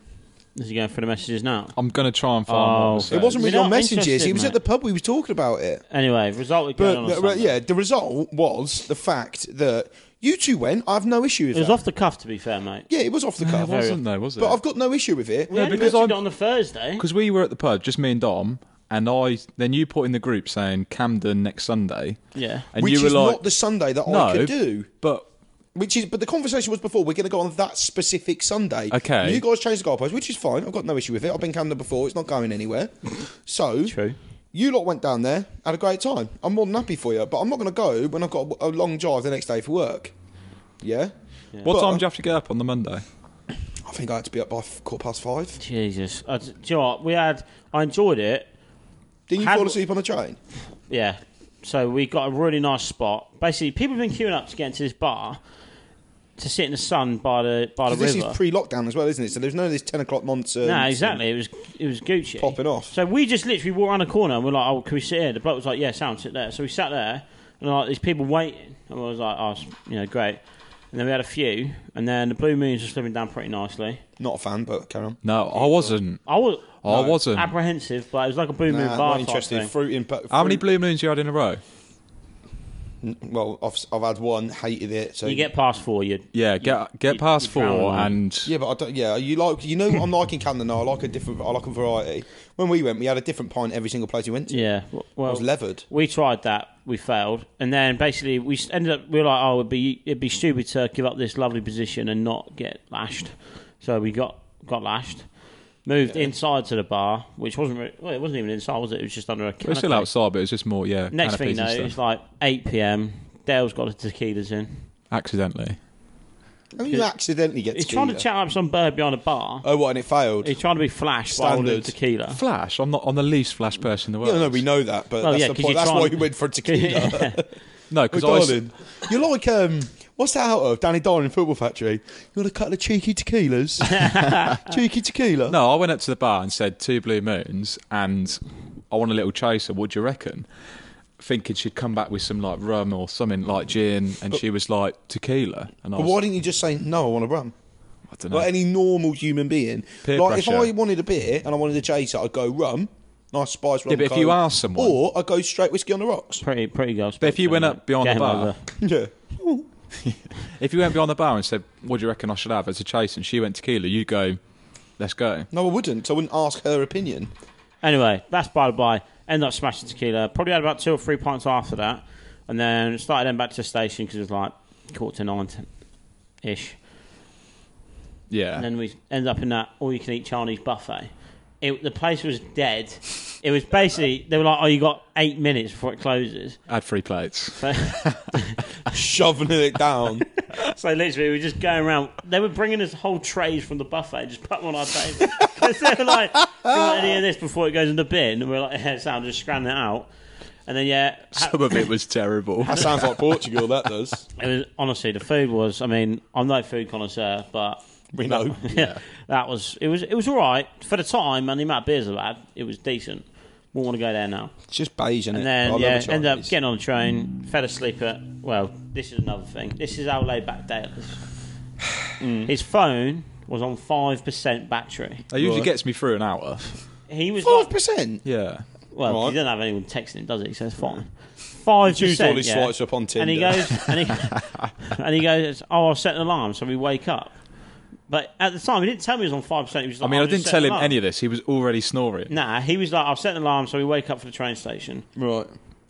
Is he going for the messages now? I'm going to try and find Oh. oh, it wasn't We're really on not messages. interested, He was at mate. the pub. We was talking about it. Anyway, result we But going on. a but, Sunday. yeah, the result was the fact that you two went. I have no issue with It was that. off the cuff, to be fair, mate. yeah, it was off the cuff. It wasn't, though, was it? but I've got no issue with it. We only because mentioned it I'm- on the Thursday. Because we were at the pub, just me and Dom, and I. Then you put in the group saying Camden next Sunday. Yeah. And which you were is like, not the Sunday that no, I could do. But Which is, but the conversation was before we're going to go on that specific Sunday. Okay. you guys changed the goalpost, which is fine. I've got no issue with it. I've been Camden before. It's not going anywhere. So True. You lot went down there, had a great time. I'm more than happy for you, but I'm not going to go when I've got a a long drive the next day for work. Yeah. what But- time do you have to get up on the Monday? I think I had to be up by f- quarter past five. Jesus. I, do you know what? We had. I enjoyed it. Did you Had- fall asleep on the train? Yeah. So we got a really nice spot. Basically, people have been queuing up to get into this bar to sit in the sun by the by the 'Cause This river. is pre-lockdown as well, isn't it? So there's none of this ten o'clock nonsense. no, exactly. It was it was Gucci Popping off. So we just literally walked around the corner and we're like, "Oh, can we sit here?" The bloke was like, "Yeah, sound, sit there." So we sat there and like these people waiting, and I was like, "Oh, it's, you know, great." And then we had a few, and then the blue moons were slipping down pretty nicely. Not a fan, but carry on. No, I wasn't. I was Oh, I wasn't. apprehensive, but it was like a blue moon Nah, bar not type interested. thing. Fruit impact. How many blue moons you had in a row? Well, I've, s- I've had one, hated it. So You get past four, you Yeah, get get you- past you four drown them. and Yeah, but I don't. Yeah, you like you know what I'm liking Camden now. I like a different. I like a variety. When we went, we had a different pint every single place we went to. yeah. w- Well, I was leathered. we tried that, we failed, and then basically we s- ended up. We were like, "Oh, it'd be it'd be stupid to give up this lovely position and not get lashed." So we got got lashed, moved inside to the bar, which wasn't re- well, it wasn't even inside, was it? It was just under a. we're still canopy. outside, but it's just more yeah. Next thing you canopies know, and it's stuff. like eight p.m. Dale's got the tequilas in. accidentally. How did you accidentally get? He's trying to tequila? chat up some bird behind a bar. Oh, what? And it failed. He's trying to be flash by holding Standard. tequila. Flash. I'm not. I'm the least flash person in the world. no, no, we know that, but Well, that's Oh, yeah, the 'cause point. you That's try why and- we went for a tequila. No, Oh, because I. s- darling, you're like um, what's that out of Danny Darling Football Factory? You want a couple of cheeky tequilas? cheeky tequila? No, I went up to the bar and said two blue moons and I want a little chaser. What do you reckon? Thinking she'd come back with some like rum or something like gin, and she was like tequila. And I But was, why didn't you just say no? I want a rum. I don't know. Like any normal human being. Peer like pressure. if I wanted a beer and I wanted a chaser, I'd go rum, nice spice rum. Yeah, but if coke, you ask someone- or I would go straight whiskey on the rocks. Pretty pretty girls. But if you went up behind the Game bar- over. yeah. if you went behind the bar and said, "What do you reckon I should have as a chaser?" and she went tequila, you go, "Let's go." No, I wouldn't. I wouldn't ask her opinion. Anyway, that's by the by. Ended up smashing tequila. Probably had about two or three pints after that, and then started heading back to the station because it was like quarter to nine ish. Yeah. And then we ended up in that all-you-can-eat Chinese buffet. It, the place was dead. It was basically they were like, "Oh, you got eight minutes before it closes." Add three plates. Shoving it down. So literally, we were just going around. They were bringing us whole trays from the buffet, and just putting them on our table. 'Cause they were like, "Do you want any of this before it goes in the bin?" And we we're like, "Yeah, sound just scran it out." And then yeah, ha- Some of it was terrible. that sounds like Portugal. That does. It was honestly the food was. I mean, I'm no food connoisseur, but We know. that was it was it was all right for the time and the amount of beers I've had. It was decent, Won't want to go there now. It's just beige, isn't And it? then I yeah, love a ended up Chinese. getting on a train, fell asleep at. Well, this is another thing. This is our laid back day. at this. Mm. His phone was on five percent battery. That usually Right. gets me through an hour. He was Five like, percent. Yeah. well, Right. he doesn't have anyone texting him, does he? So it's fine. Five Used all percent. his yeah. swipes up on And he Tinder. goes, and he, and he goes, oh, I'll set an alarm so we wake up. But at the time, he didn't tell me he was on five percent. He was I like, "Oh, mean, I "I'll just didn't set tell an him alarm." any of this. He was already snoring. Nah, he was like, I've set an alarm so we wake up for the train station. Right.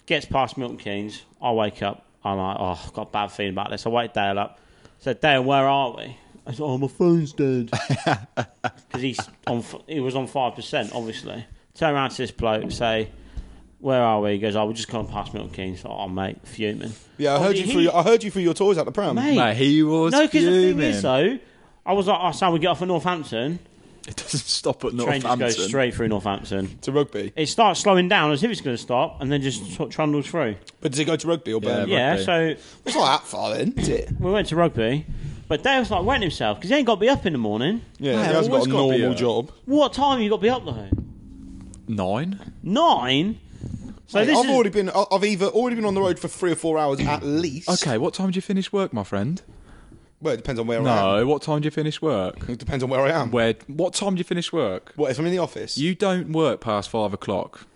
Gets past Milton Keynes. I wake up. I'm like, oh, I've got a bad feeling about this. I wake Dale up. said, Dale, where are we? I said, oh, my phone's dead. Because he's on, f- he was on 5%, obviously. Turn around to this bloke, say, where are we? He goes, oh, we're just going past Milton Keynes. Oh, mate, fuming. Yeah, I Oh, heard he- you through. I heard you through your toys at the pram. Mate, Mate, he was no, because the thing fuming. is, though, I was like, oh, so we get off at Northampton. It doesn't stop at Train just goes Northampton. straight through Northampton. To rugby. It starts slowing down as if it's going to stop, and then just sort of trundles through. But does it go to rugby or Birmingham? Yeah. Yeah, Rugby. so It's not that far then, is it? we went to rugby, but Dale's like wetting himself because he ain't got to be up in the morning. Yeah, Yeah, he has got always a gotta be normal a- job. What time you got to be up though? Nine? Nine. So Mate, this I've is already been. I- I've either already been on the road for three or four hours at least. Okay, what time do you finish work, my friend? Well, it depends on where I am. No, what time do you finish work? It depends on where I am. Where? What time do you finish work? What if I'm in the office? You don't work past five o'clock,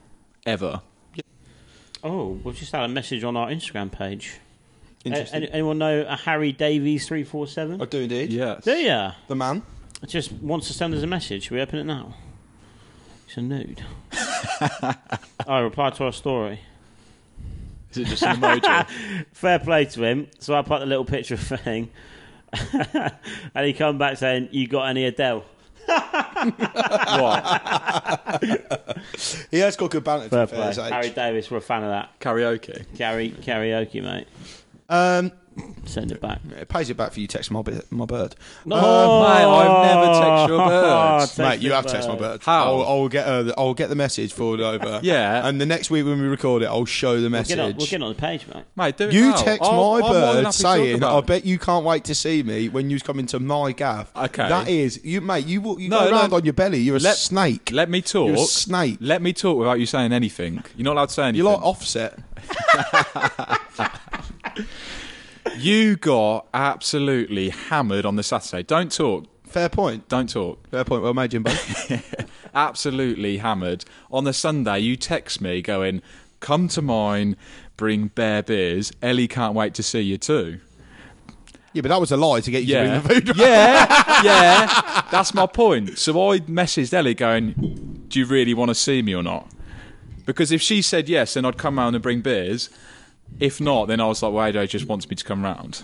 ever. oh, we've just had a message on our Instagram page. A- Interesting. any- anyone know a Harry Davies three four seven? I do indeed. Yes. Do ya? The man. Just wants to send us a message. Should we open it now? It's a nude. I replied to our story. Is it just an emoji? Fair play to him. So I put the little picture of thing, and he come back saying, "You got any Adele?" what? He has got good balance. Fair to be fair, play. his age. Harry Davis, we're a fan of that. Karaoke. Gary, karaoke, mate. Um, Send it back. it pays it back for you text my, bi- my bird. Oh, I've never texted your birds. Text Mate, you the have texted my bird. How? I'll, I'll get her. I'll get the message forwarded over. Yeah. And the next week when we record it, I'll show the We'll message. get, on, we'll get on the page, mate. Mate, do it You now. text I'll- I'm my more than happy bird to talk saying, about "I it. bet you can't wait to see me when you come into my gaff." Okay. that is you, mate. You walk, you No, go no. around on your belly. You're a Let- snake. Let me talk. You're a snake. Let me talk without you saying anything. You're not allowed to say anything. You're like Offset. You got absolutely hammered on the Saturday. Don't talk. Fair point. Don't talk. Fair point. Well made, Jimbo. Absolutely hammered. On the Sunday, you text me going, Come to mine, bring bear beers. Ellie can't wait to see you too. yeah, but that was a lie to get you to bring Yeah. the food. round. yeah. Yeah. That's my point. So I messaged Ellie going, Do you really want to see me or not? Because if she said yes, then I'd come round and bring beers. If not, then I was like, Well, Ado just wants me to come round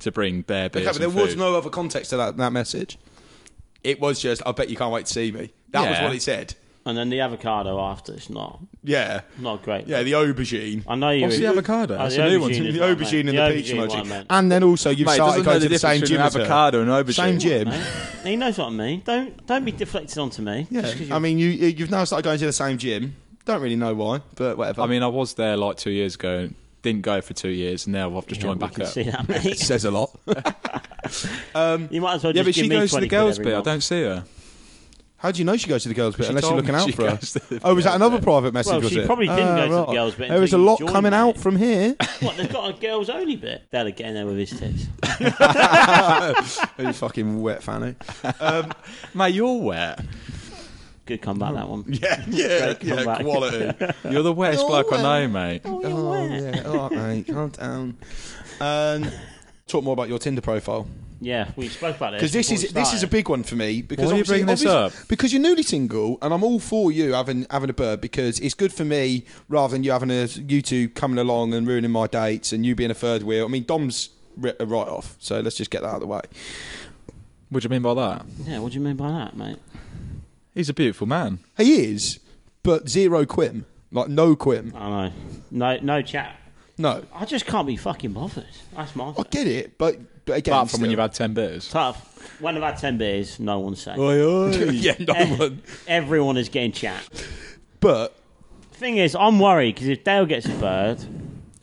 to bring bear beers. Okay, but there and was food." no other context to that, that message. It was just, "I bet you can't wait to see me." That was Yeah. what it said. And then the avocado after. It's not Yeah, not great. yeah. The aubergine. I know you. What's the avocado? Oh, That's a new one. aubergine The is one, mate. aubergine and the, peach aubergine emoji. one, mate. and then also you've Mate, started doesn't know going to the the difference same between gym an as her. avocado and aubergine. Same gym. Mate, he knows what I mean. Don't don't be deflected onto me. Yeah, Just 'cause I you're- mean, you you- you've now started going to the same gym. Don't really know why, but whatever. I mean, I was there like two years ago. Didn't go for two years, and now I've just joined we back can up. see that, it mate. says a lot. you might as well Yeah, just but give she me goes to 20 the quid girls' every bit. I month. don't see her. How do you know she goes to the girls' bit She unless you're told looking me out she for her? goes to the Oh, was that girls' another bit. private message? Well, was she it? probably didn't Ah, go to the right. girls' bit There was a until you lot joined, coming mate. out from here. Oh, What they've got a girls only bit. They'll get in there with his tits. you fucking wet fanny. Mate, you're wet. Good comeback that one. Yeah, yeah, Great comeback. You're the wettest You're bloke I know, wet. mate. Oh, you're oh, wet. yeah. All right, mate. Calm down. Um, talk more about your Tinder profile. Yeah, we spoke about it because this is this is a big one for me. Because Why are you obviously- bringing this obviously- up? Because you're newly single, and I'm all for you having having a bird because it's good for me rather than you having a you two coming along and ruining my dates and you being a third wheel. I mean, Dom's ri- a write off, so let's just get that out of the way. What do you mean by that? Yeah, what do you mean by that, mate? He's a beautiful man. He is, but zero quim, like no quim, I know. No, no chat. no. I just can't be fucking bothered. That's my I thing. get it, but, but again, Apart from when still- you've had ten beers. tough. When I've had ten beers, no one's safe. yeah, no one. Everyone is getting chat. But Thing is, I'm worried because if Dale gets a bird,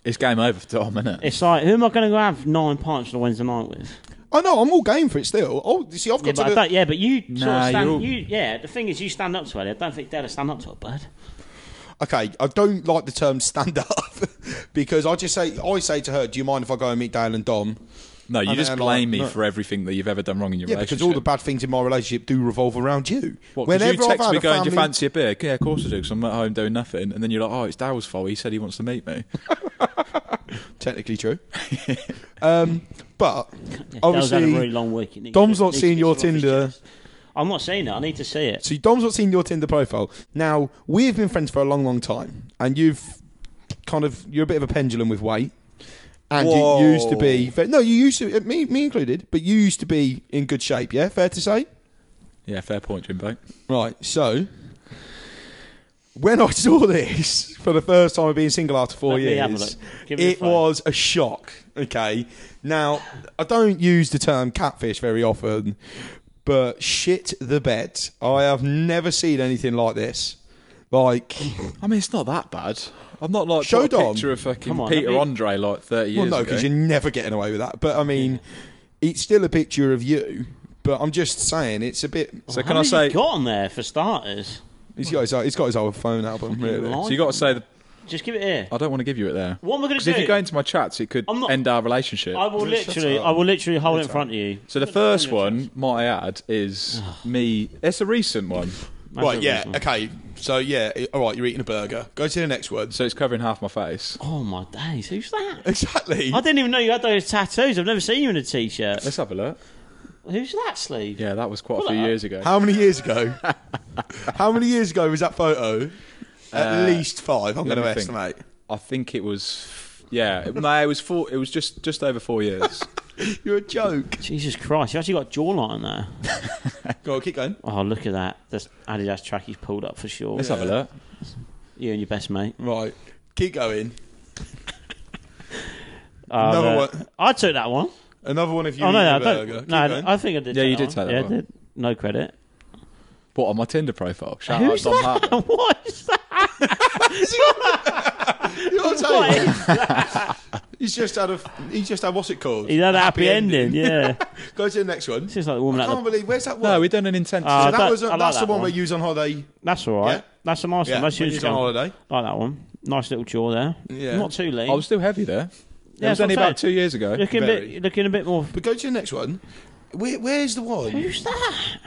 It's game over for Tom, isn't it? it's like who am I going to go have nine pints on a Wednesday night with? I know I'm all game for it still. Oh, you see, I've Yeah, got but I to. The, don't, yeah, but you sort Nah, of stand. you're all- You, yeah, the thing is, you stand up to it. I don't think Dale will stand up to a bird. okay, I don't like the term stand up because I just say I say to her, "Do you mind if I go and meet Dale and Dom?" No, you And just then, blame like, me no. for everything that you've ever done wrong in your Yeah, relationship. because all the bad things in my relationship do revolve around you. What, 'cause you I've text had me a going, do you family- fancy a beer? Yeah, of course I do, because I'm at home doing nothing. And then you're like, oh, it's Daryl's fault. He said he wants to meet me. technically true, um, but Dale's had a obviously, really long week. It needs Dom's to- not needs to seen get your some off his Tinder. chest. I'm not seeing it. I need to see it. So Dom's not seen your Tinder profile. Now we've been friends for a long, long time, and you've kind of you're a bit of a pendulum with weight, and you Whoa. used to be fa- no, you used to me me included, but you used to be in good shape. Yeah, fair to say. yeah, fair point, Jimbo. Right. So when I saw this for the first time of being single after four Let me have a years, look. Give me the it phone. was a shock. Okay. Now I don't use the term catfish very often, but shit the bed. I have never seen anything like this. Like, I mean, it's not that bad. I'm not like Show got a Dom. picture of fucking Come on, Peter let me- Andre like 30 well, years no, ago. because you're never getting away with that. But I mean, it's still a picture of you. But I'm just saying, it's a bit. How So can I many have say? you got on there for starters? He's got his, he's got his old phone album, really. right. So you got to say the, Just give it here. I don't want to give you it there. What am I gonna 'Cause If do? you go into my chats, it could I'm not- end our relationship. I will Shut literally, up. I will literally hold it in front of you. So the first one, might I add, is me. It's a recent one, That's right, a yeah, reason. okay. So, yeah, i- all right, you're eating a burger. Go to the next word. so it's covering half my face. Oh my days, who's that? Exactly. I didn't even know you had those tattoos. I've never seen you in a t-shirt. Let's have a look. Who's that sleeve? Yeah, that was quite Pull a few it up. years ago. How many years ago? how many years ago was that photo? Uh, At least five, I'm let going to me think. estimate. I think it was. Yeah, no, it was four. It was just just over four years. You're a joke. Jesus Christ, you actually got a jawline there. Go on, keep going. Oh, look at that. That's Adidas track he's pulled up for sure. Let's have a look. You and your best mate. Right, keep going. Um, Another uh, one. I took that one. Another one if you oh, eat no, no, a I burger. don't, Keep no going. I, I think I did Yeah, take you did one. take that yeah, I one. did. No credit. What on my Tinder profile? Shout Who's out Dom Harper. what is that? You know what I'm What saying? is that? He's just had a. He's just had what's it called? He's had a happy ending, yeah. Go to the next one. Seems like the woman I at the can't believe. Where's that one? No, we done an intense. Uh, so I that don't- was. I like that's the that one, one. where you was on holiday. That's all right. Yeah. That's a nice Yeah, one. That's when you you was on holiday. Like that one. Nice little jaw there. Yeah. Not too lean. I was still heavy there. It Yeah, was that's what only I'm about two saying. years ago. looking a Very. bit, looking a bit more. But go to the next one. Where, where's the one? Who's that?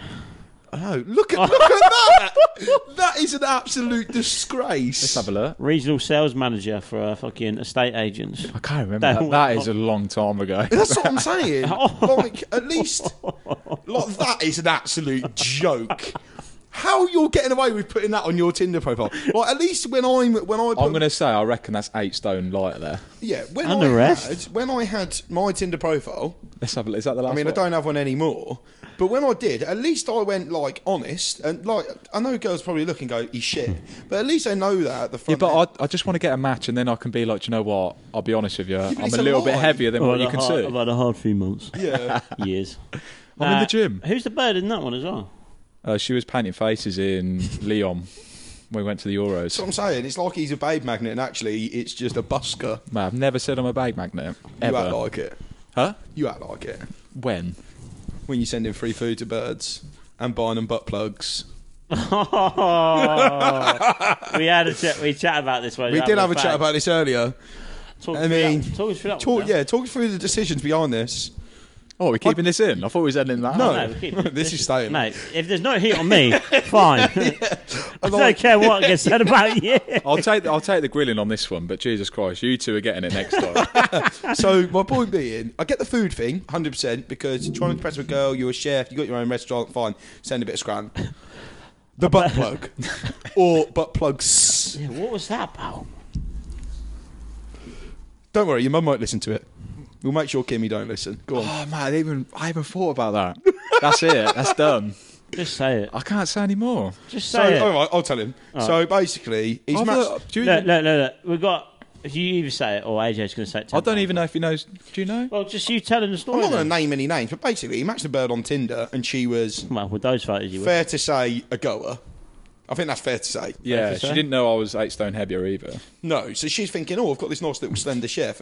I know. Oh, Look at look at that. That is an absolute disgrace. Let's have a look. Regional sales manager for uh, fucking estate agents. I can't remember. That That, that is a long time ago. That's what I'm saying. like, at least, like, that is an absolute joke. How you're getting away with putting that on your Tinder profile? Like, at least when I'm when I put, I'm gonna say I reckon that's eight stone lighter there. yeah when And I the rest. had when I had my Tinder profile. Let's have a look. Is that the last? I mean, I one? don't have one anymore. But when I did, at least I went like honest and like I know girls probably look and go, "He's shit," but at least they know that at the Hmm. Yeah, front. end. but I, I just want to get a match, and then I can be like, "Do you know what? I'll be honest with you. but I'm it's a a little bit lie. heavier than I've what had you a can hard- see." I've had a hard few months, yeah, years. Uh, I'm in the gym. Who's the bird in that one as well? Uh, she was painting faces in Lyon when we went to the Euros. that's what I'm saying. It's like he's a babe magnet, and actually, it's just a busker. Man, I've never said I'm a bag magnet You ever. act like it. huh? You act like it. When? when you're sending free food to birds and buying them butt plugs. Oh. we had a chat. We chat about this one. We did have a fact. chat about this earlier. Talk I through that- mean, talk us through that. Talk, one, Dan. yeah, talk us through the decisions behind this. Oh, we're keeping this in. I thought we was ending that. No. No, we keep it. This is staying. Mate, if there's no heat on me, fine. I like- don't care what gets said about you. I'll take the, I'll take the grilling on this one, but Jesus Christ, you two are getting it next time. So my point being, I get the food thing, hundred percent, because you're trying to impress a girl, you're a chef, you got your own restaurant, fine. Send a bit of scran. The butt plug, or butt plugs. Yeah, what was that about? Don't worry, your mum won't listen to it. We'll make sure Kimmy don't listen. Go on. oh man, I even I even thought about that. That's it. That's done. Just say it. I can't say any more. Just So, say all it. right, I'll tell him. So basically, he's I matched. thought- do you Look, even- look, look, look. We've got. If you either say it or AJ's going to say it. I don't even know if he knows. Do you know? Well, just you telling the e- I'm story. not then. going to name any names, but basically, he matched a bird on Tinder, and she was Well, with those photos, you would. fair to say a goer. I think that's fair to say. Yeah, to she say. didn't know I was eight stone heavier either. No, so she's thinking, oh, I've got this nice little slender chef.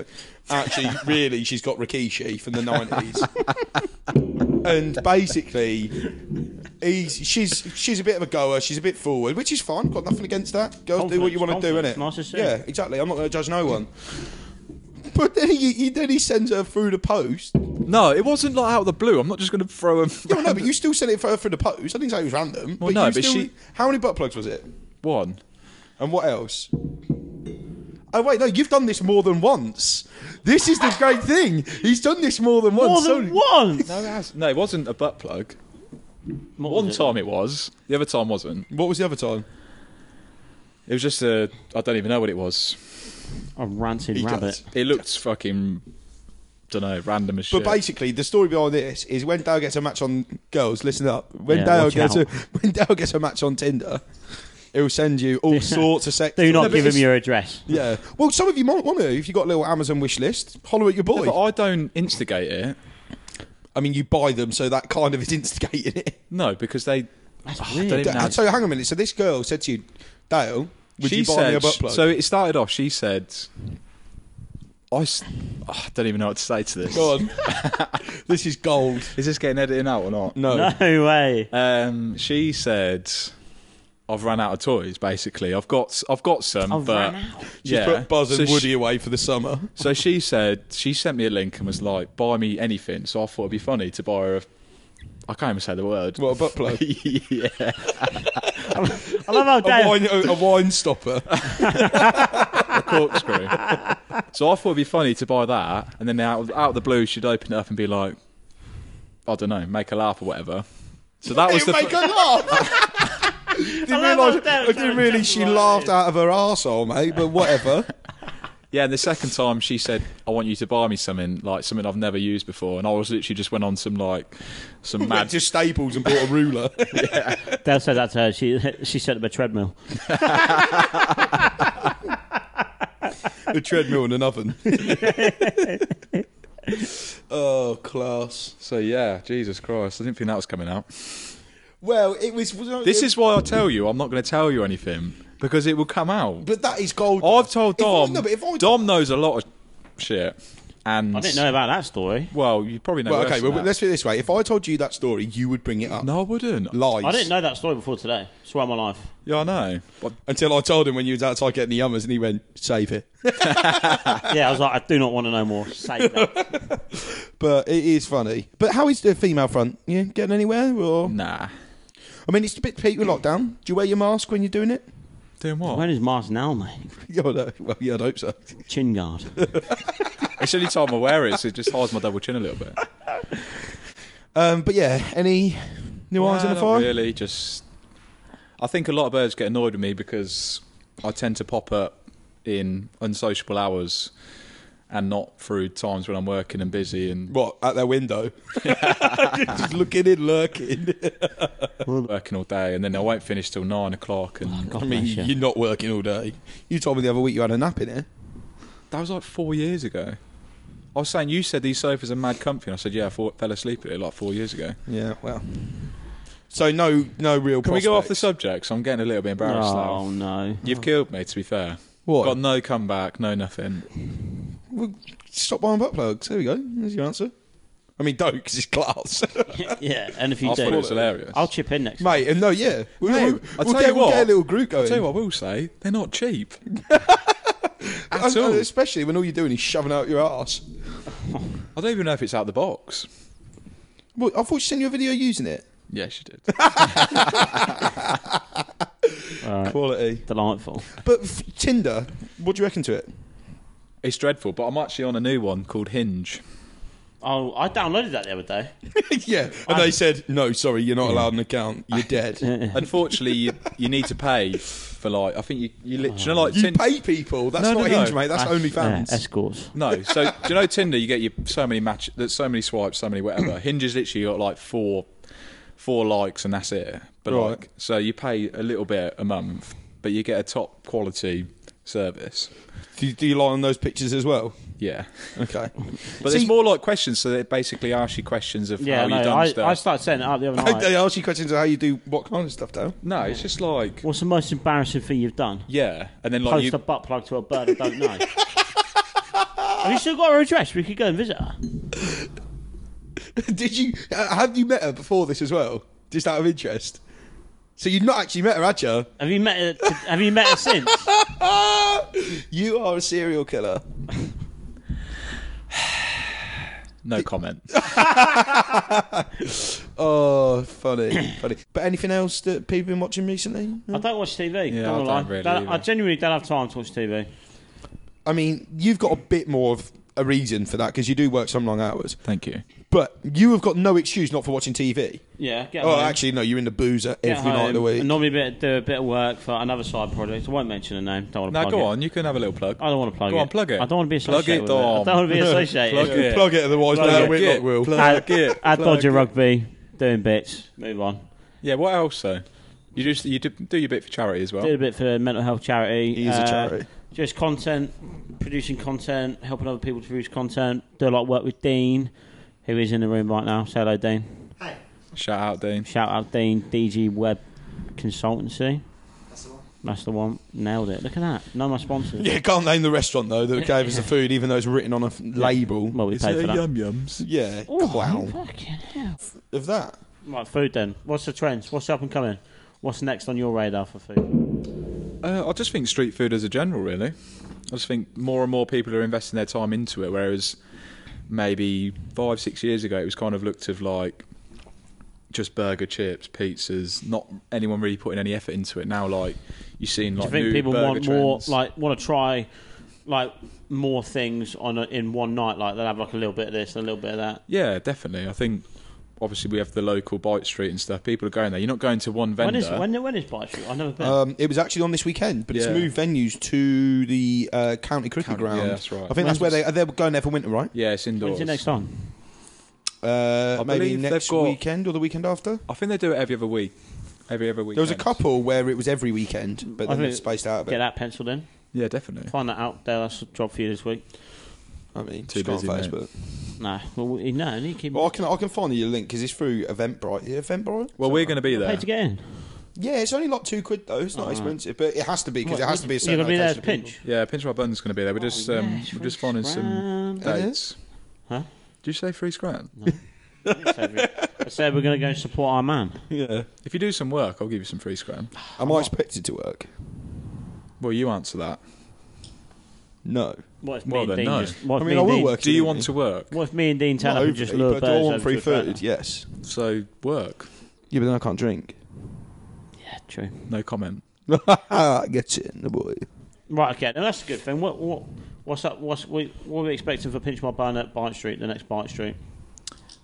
Actually, really, she's got Rikishi from the nineties. and basically, he's, she's she's a bit of a goer. She's a bit forward, which is fine. Got nothing against that. Girls do what you want to do, Confidence, confidence, innit? nice to see. Yeah, exactly. I'm not going to judge no one. But then he, he then he sends her through the post. No, it wasn't like out of the blue. I'm not just going to throw him. Yeah, well, no, but you still sent it for her through the post. I didn't say it was random. Well, no, you but still- she- How many butt plugs was it? one. And what else? Oh wait, no, you've done this more than once. This is the great thing. He's done this more than once. More than So- once. No, it hasn't. No, it wasn't a butt plug. What One was it? time it was. The other time wasn't. What was the other time? It was just a. I don't even know what it was. A ranted He rabbit. does. It looked fucking. Don't know. Random as But shit. basically, the story behind this is when Dale gets a match on girls. Listen up. When Yeah, Dale watch gets out. a when Dale gets a match on Tinder, he'll send you all sorts of sex. Do not No, but give him it's- your address. Yeah. Well, some of you might want to if you have got a little Amazon wish list. Holler at your Yeah, boy. but I don't instigate it. I mean, you buy them, so that kind of is instigating it. No, because they. That's Oh, I weird. don't even know. So hang on a minute. So this girl said to you, Dale, would she you buy said, me a butt plug? So it started off. She said, "I, s- oh, I don't even know what to say to this. Go on. this is gold. Is this getting edited out or not?" No. No way. Um, she said, "I've run out of toys. Basically, I've got I've got some, I've but ran out. She's yeah." put Buzz and So she- Woody away for the summer. so she said she sent me a link and was like, "Buy me anything." So I thought it'd be funny to buy her. a... I can't even say the word. What a butt plug. yeah. I love how a, Dale. wine, a, a wine stopper. corkscrew. so I thought it'd be funny to buy that, and then out of, out of the blue, she'd open it up and be like, I don't know, make a laugh or whatever. So that was It'll the. make her laugh. didn't I love realise- how Dale I trying to didn't realise she justify laughed it. out of her arsehole, mate, but whatever. yeah, and the second time she said, I want you to buy me something, like something I've never used before. And I was literally just went on some, like, some Went mad. to Staples and bought a ruler. Dale said that to her. She she set up a treadmill. a treadmill and an oven. oh, class. So yeah, Jesus Christ, I didn't think that was coming out. Well, it was. This is why I tell you, I'm not going to tell you anything, because it will come out. But that is gold. I've told If I- Dom. no, but if I- Dom knows a lot of shit. And I didn't know about that story. Well, you probably know. Well, worse okay, than well, that. let's put it this way. If I told you that story, you would bring it up. No, I wouldn't. Lies. I didn't know that story before today. Swear on my life. Yeah, I know. But Until I told him when you was outside getting the yummers and he went, save it. Yeah, I was like, I do not want to know more. Save that. But it is funny. But how is the female front? You getting anywhere? Or nah. I mean, it's a bit peak with lockdown. Do you wear your mask when you're doing it? Doing When what? is Mars now, mate? Yeah, well, no- well, yeah, I'd hope so. Chin guard. it's the only time I wear it, so it just hides my double chin a little bit. Um, but yeah, any new eyes in the Nah, not fire? Really, just. I think a lot of birds get annoyed with me because I tend to pop up in unsociable hours and not through times when I'm working and busy. And What at their window? Just looking in, lurking. working all day, and then I won't finish till nine o'clock. And God I mean, bless you. you're not working all day. You told me the other week you had a nap in here. that was like four years ago. I was saying you said these sofas are mad comfy, and I said yeah, I fall- fell asleep at it like four years ago. Yeah, well. So no, no real. Can we go off the prospects. subject? 'Cause I'm getting a little bit embarrassed now. Oh no. You've killed me, to be fair. What? Got no comeback, no nothing. Well, stop buying butt plugs. There we go. There's your answer. I mean, don't because it's class, yeah, and if you I thought it was do, hilarious. I'll chip in next. mate. And no, yeah. We'll, we'll, Mate, I we'll tell get, you we'll get what. a little group going. I'll tell you what I will say, they're not cheap. At And- and all. Especially when all you're doing is shoving out your ass. I don't even know if it's out the box. Well, I thought she sent you a video using it. Yeah, she did. All right. Quality. Delightful. But f- Tinder, what do you reckon to it? it's dreadful, but I'm actually on a new one called Hinge. Oh, I downloaded that the other day. yeah. And they said, no, sorry, you're not allowed an account. You're dead. Unfortunately, you, you need to pay for like I think you you, lit you know like you Tin- pay people. That's No, not no, no. Hinge, mate. That's That's- Yeah, OnlyFans. escorts. No, so do you know Tinder? You get your so many match, there's so many swipes, so many whatever. Hinge is literally got like four, four likes and that's it. But Right. like, so you pay a little bit a month, but you get a top quality service. do, you, do you lie on those pictures as well? Yeah, Okay. but See- it's more like questions. So they basically ask you questions of Yeah, how no, you done I, stuff. I started setting it up the other They- night. They ask you questions of how you do what kind of stuff, though. no, it's just like What's the most embarrassing thing you've done? yeah, and then like Post you. a butt plug to a bird I don't know. Have you still got her address? We could go and visit her. Did you uh, have you met her before this as well? Just out of interest. So you've not actually met her, had you? Have you met her? to- Have you met her since? You are a serial killer. No comment. Oh, funny, funny. But anything else that people been watching recently? I don't watch TV. Yeah, don't I wanna don't lie. really Don't- I either. genuinely don't have time to watch TV. I mean, you've got a bit more of a reason for that because you do work some long hours. Thank you. But you have got no excuse not for watching TV. Yeah. Get Oh, home, actually, no. You're in the boozer get every night of the home, week. and normally bit, do a bit of work for another side project. I won't mention a name. Don't want to. Now plug go it. on. You can have a little plug. I don't want to plug Go it. on, plug it. I don't want to be Plug associated. it, with it. I Dom. don't want to be associated. Plug it. Plug it, otherwise Plug Blair it. Whitlock will. Plug it. At Plug Dodger it. Rugby, doing bits. Move on. Yeah. What else though? You just you do, do your bit for charity as well. Did a bit for mental health charity. Oh. uh, He is a charity. Just content, producing content, helping other people to produce content. Do a lot of work with Dean, who is in the room right now. Say hello, Dean. Shout out, Dean. Shout out Dean, DG Web Consultancy. That's the one. Nailed it. Look at that. No, my sponsors. Yeah, can't name the restaurant though that gave us the food, even though it's written on a f- label. Well, we paid for that. yum yums? yeah, Ooh, clown fucking hell. of that. Right, food then. What's the trends? What's up and coming? What's next on your radar for food? Uh, I just think street food as a general, really. I just think more and more people are investing their time into it, whereas maybe five, six years ago, it was kind of looked of like just burger, chips, pizzas. Not anyone really putting any effort into it. Now, like you've seen, Do like you think new people burger want more, trends. like, want to try, like, more things on a, in one night? Like, they'll have like a little bit of this, and a little bit of that. Yeah, definitely. I think obviously we have the local bite street and stuff. People are going there. You're not going to one vendor. When is when when is Bite Street? I've never been. Um, it was actually on this weekend, but it's Yeah. moved venues to the uh, county cricket County- ground. yeah, that's right. I think that's where they they're going there for winter, right? yeah, it's indoors. When's it next time? Uh, I maybe believe they've next got- weekend or the weekend after. I think they do it every other week. Every other week. There was a couple where it was every weekend, but I then think- it's spaced out a Get bit. that penciled in. Yeah, definitely. Find that out there. That's a job for you this week. I mean, Too just can't busy, face, mate. but No, well, we- no, you keep. well, I can I can find you a link because it's through Eventbrite. Is it Eventbrite? Well, we're going to be Pay there. to get in. Yeah, it's only like two quid though. It's not Alright. expensive, but it has to be because it has to be a You're certain gonna be there location as of people. pinch. Yeah, Pinch My Bun's going to be there. We're just um, yes, we're just free finding some scram. It is? dates. Huh? Did you say free grand? I said we're going to go and support our man. Yeah. If you do some work, I'll give you some free grand. Am I expected to work? Well, you answer that. No. What if me Well, and then, Dean no. just? What if I mean, me and I will Dean, work. Do you Absolutely. want to work? What if me and Dean turn Not up and overly, just lure but I birds want over free to a trailer? food. Yes. So work. Yeah, but then I can't drink. Yeah, true. No comment. Get in the boy. Right, okay, now that's a good thing. What what what's up? What's we what are we expecting for Pinch My Bun at Bite Street? The next Bite Street.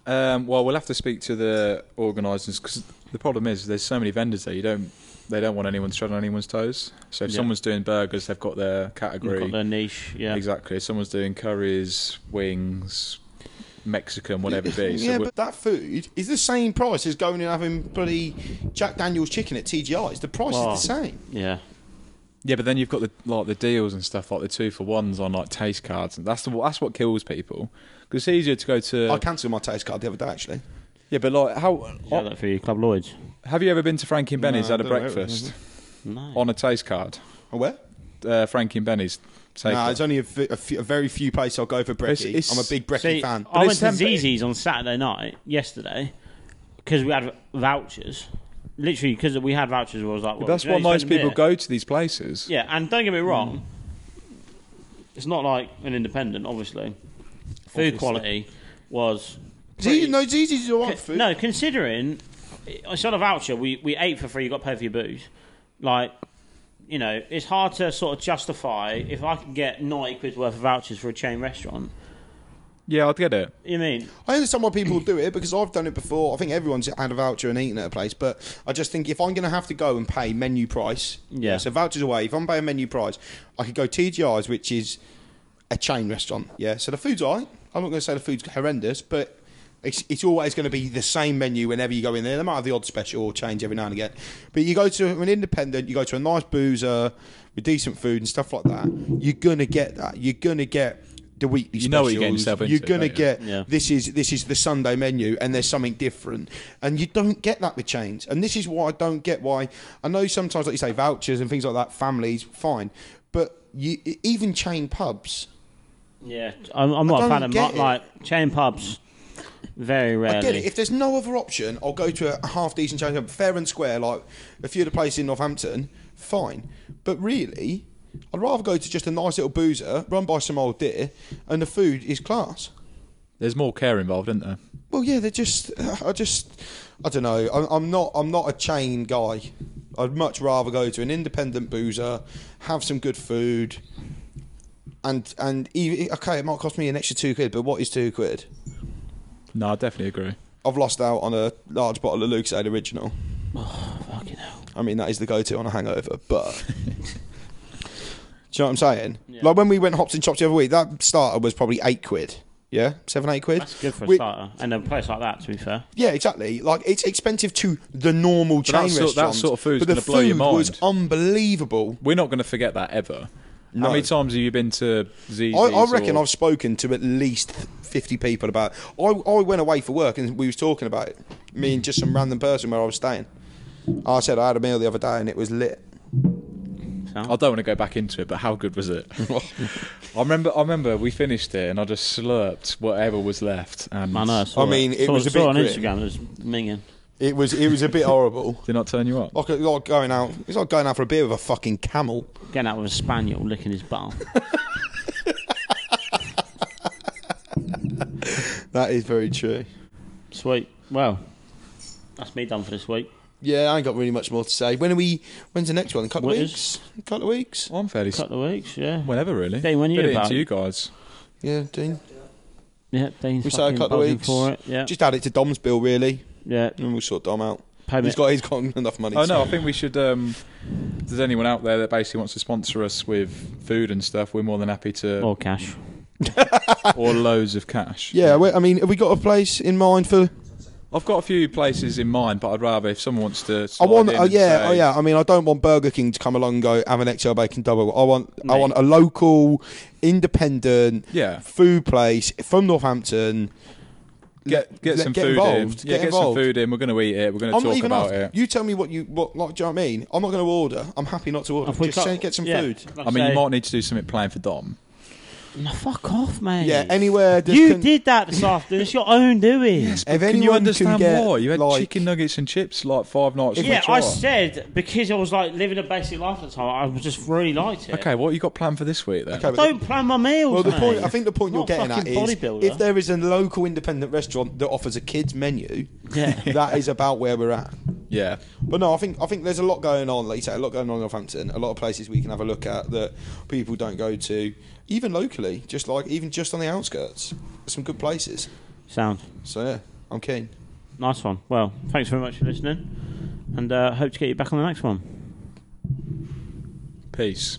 Um, well, we'll have to speak to the organisers because the problem is there's so many vendors there. You don't they don't want anyone treading on anyone's toes. So if Yeah. someone's doing burgers, they've got their category. We've got their niche. Yeah. Exactly. If someone's doing curries, wings, Mexican, whatever it is. yeah, so we- but that food is the same price as going and having bloody Jack Daniel's chicken at TGI's. The price Oh. is the same. Yeah. yeah, but then you've got the like the deals and stuff like the two for ones on like taste cards, and that's the that's what kills people because it's easier to go to. I cancelled my taste card the other day actually. yeah, but like how Oh. Shout that for you, Club Lloyd's. have you ever been to Frankie and Benny's No, had a I don't know. breakfast No. on a taste card? Oh, where? Uh, Frankie and Benny's. Taste Nah, card. there's only a, fe- a few- a very few places I'll go for It's- brekkie. it's- I'm a big brekkie See, fan. I went it's to temp- Zzz's on Saturday night yesterday because we had vouchers. Literally, because we had vouchers, I was like, well, That's you know, why you most spend a people bit. go to these places. Yeah, and don't get me wrong, it's not like an independent, Mm. obviously. Food quality was. Z- pretty- no, Z's is all right food. no, considering it's on a voucher, we, we ate for free, you got paid for your booze. Like, you know, it's hard to sort of justify if I can get 90 quid worth of vouchers for a chain restaurant. Yeah, I'd get it. You mean? I understand why people do it because I've done it before. I think everyone's had a voucher and eaten at a place, but I just think if I'm going to have to go and pay menu price, Yeah. So vouchers away. If I'm paying menu price, I could go TGI's, which is a chain restaurant. Yeah. So the food's alright. I'm not going to say the food's horrendous, but it's it's always going to be the same menu whenever you go in there. They might have the odd special or change every now and again, but you go to an independent, you go to a nice boozer with decent food and stuff like that. You're gonna get that. You're gonna get. The weekly You know what specials. you're getting yourself into, You're gonna don't you? get Yeah. this is this is the Sunday menu and there's something different and you don't get that with chains and this is why I don't get why I know sometimes like you say vouchers and things like that families fine but you e, even chain pubs Yeah, I'm, I'm not a don't fan of get not, it. like chain pubs. Very rarely. I get it. If there's no other option, I'll go to a half decent change up, fair and square, like a few of the places in Northampton. Fine, but really, I'd rather go to just a nice little boozer run by some old dear, and the food is class. There's more care involved, isn't there? Well, yeah, they're just. I just. I don't know. I'm, I'm not. I'm not a chain guy. I'd much rather go to an independent boozer, have some good food, and and even, okay, it might cost me an extra two quid, but what is two quid? No, I definitely agree. I've lost out on a large bottle of Luke's Aid Original. Fucking hell. I mean, that is the go-to on a hangover, but. Do you know what I'm saying? Like when we went hops and chops the other week, that starter was probably eight quid. Yeah, seven, eight quid. That's good for a We- starter. And a place like that, to be fair. Yeah, exactly. Like it's expensive to the normal chain that sort- that restaurant. sort of food's but the gonna blow your food was mind. unbelievable. We're not going to forget that ever. No. How many times have you been to Z? I, I reckon I've spoken to at least fifty people about. I I went away for work and we was talking about it. Me and just some random person where I was staying. I said I had a meal the other day and it was lit. I don't want to go back into it, but how good was it? I remember. I remember we finished it, and I just slurped whatever was left. And I know. I, saw I mean, it saw, was a saw bit on grim. Instagram. It was minging. It was it was a bit horrible. did not turn you up. Like, like going out, it's like going out for a beer with a fucking camel. Getting out with a spaniel, licking his bum. That is very true. Sweet. Well, that's me done for this week. Yeah, I ain't got really much more to say. When are we? When's the next one? A couple of What weeks. A couple of weeks. I'm fairly. s Couple of weeks, yeah. whenever really. Dean, when are you Bit into about? you guys. Yeah, Dean. Yeah, Dean's We say a fucking couple of buzzing weeks. for it. Yeah, Just add it to Dom's bill, really, yeah. and we'll sort Dom out. Pay me. He's got he's got enough money. Oh to- no, I think we should. Um, if there's anyone out there that basically wants to sponsor us with food and stuff, we're more than happy to, More cash. or loads of cash. Yeah, we- I mean, have we got a place in mind for? I've got a few places in mind, but I'd rather if someone wants to. I slide want. in Oh and yeah, say- oh yeah. I mean, I don't want Burger King to come along and go have an XL bacon double. I want. I Mate. want a local, independent Yeah. food place from Northampton. Get get Let- some get food involved. in. Yeah, Get get, involved. some food in. We're going to eat it. We're going I'm to not talk even about off. it. You tell me what you what like. Do you know what I mean? I'm not going to order. I'm happy not to order. Have we Just got- say, get some yeah, food. like I mean, say- you might need to do something plain for Dom. No, fuck off, mate. Yeah, anywhere. that you can- did that this afternoon. It's your own doing. If Can anyone you understand get, why you had like- chicken nuggets and chips like five nights? yeah, from I the chart? said because I was like living a basic life at the time. I was just really liked it. Okay, what you got planned for this week then? Okay, but Don't plan my meals. Well, the mate. point I think the point you're Not a getting at fucking is bodybuilder. if there is a local independent restaurant that offers a kids menu, Yeah. that is about where we're at. Yeah, But no, I think I think there's a lot going on. Like you say, a lot going on in Northampton. A lot of places we can have a look at that people don't go to, even locally. Just like even just on the outskirts, some good places. sound So yeah, I'm keen. nice one. Well, thanks very much for listening, and uh, hope to get you back on the next one. peace.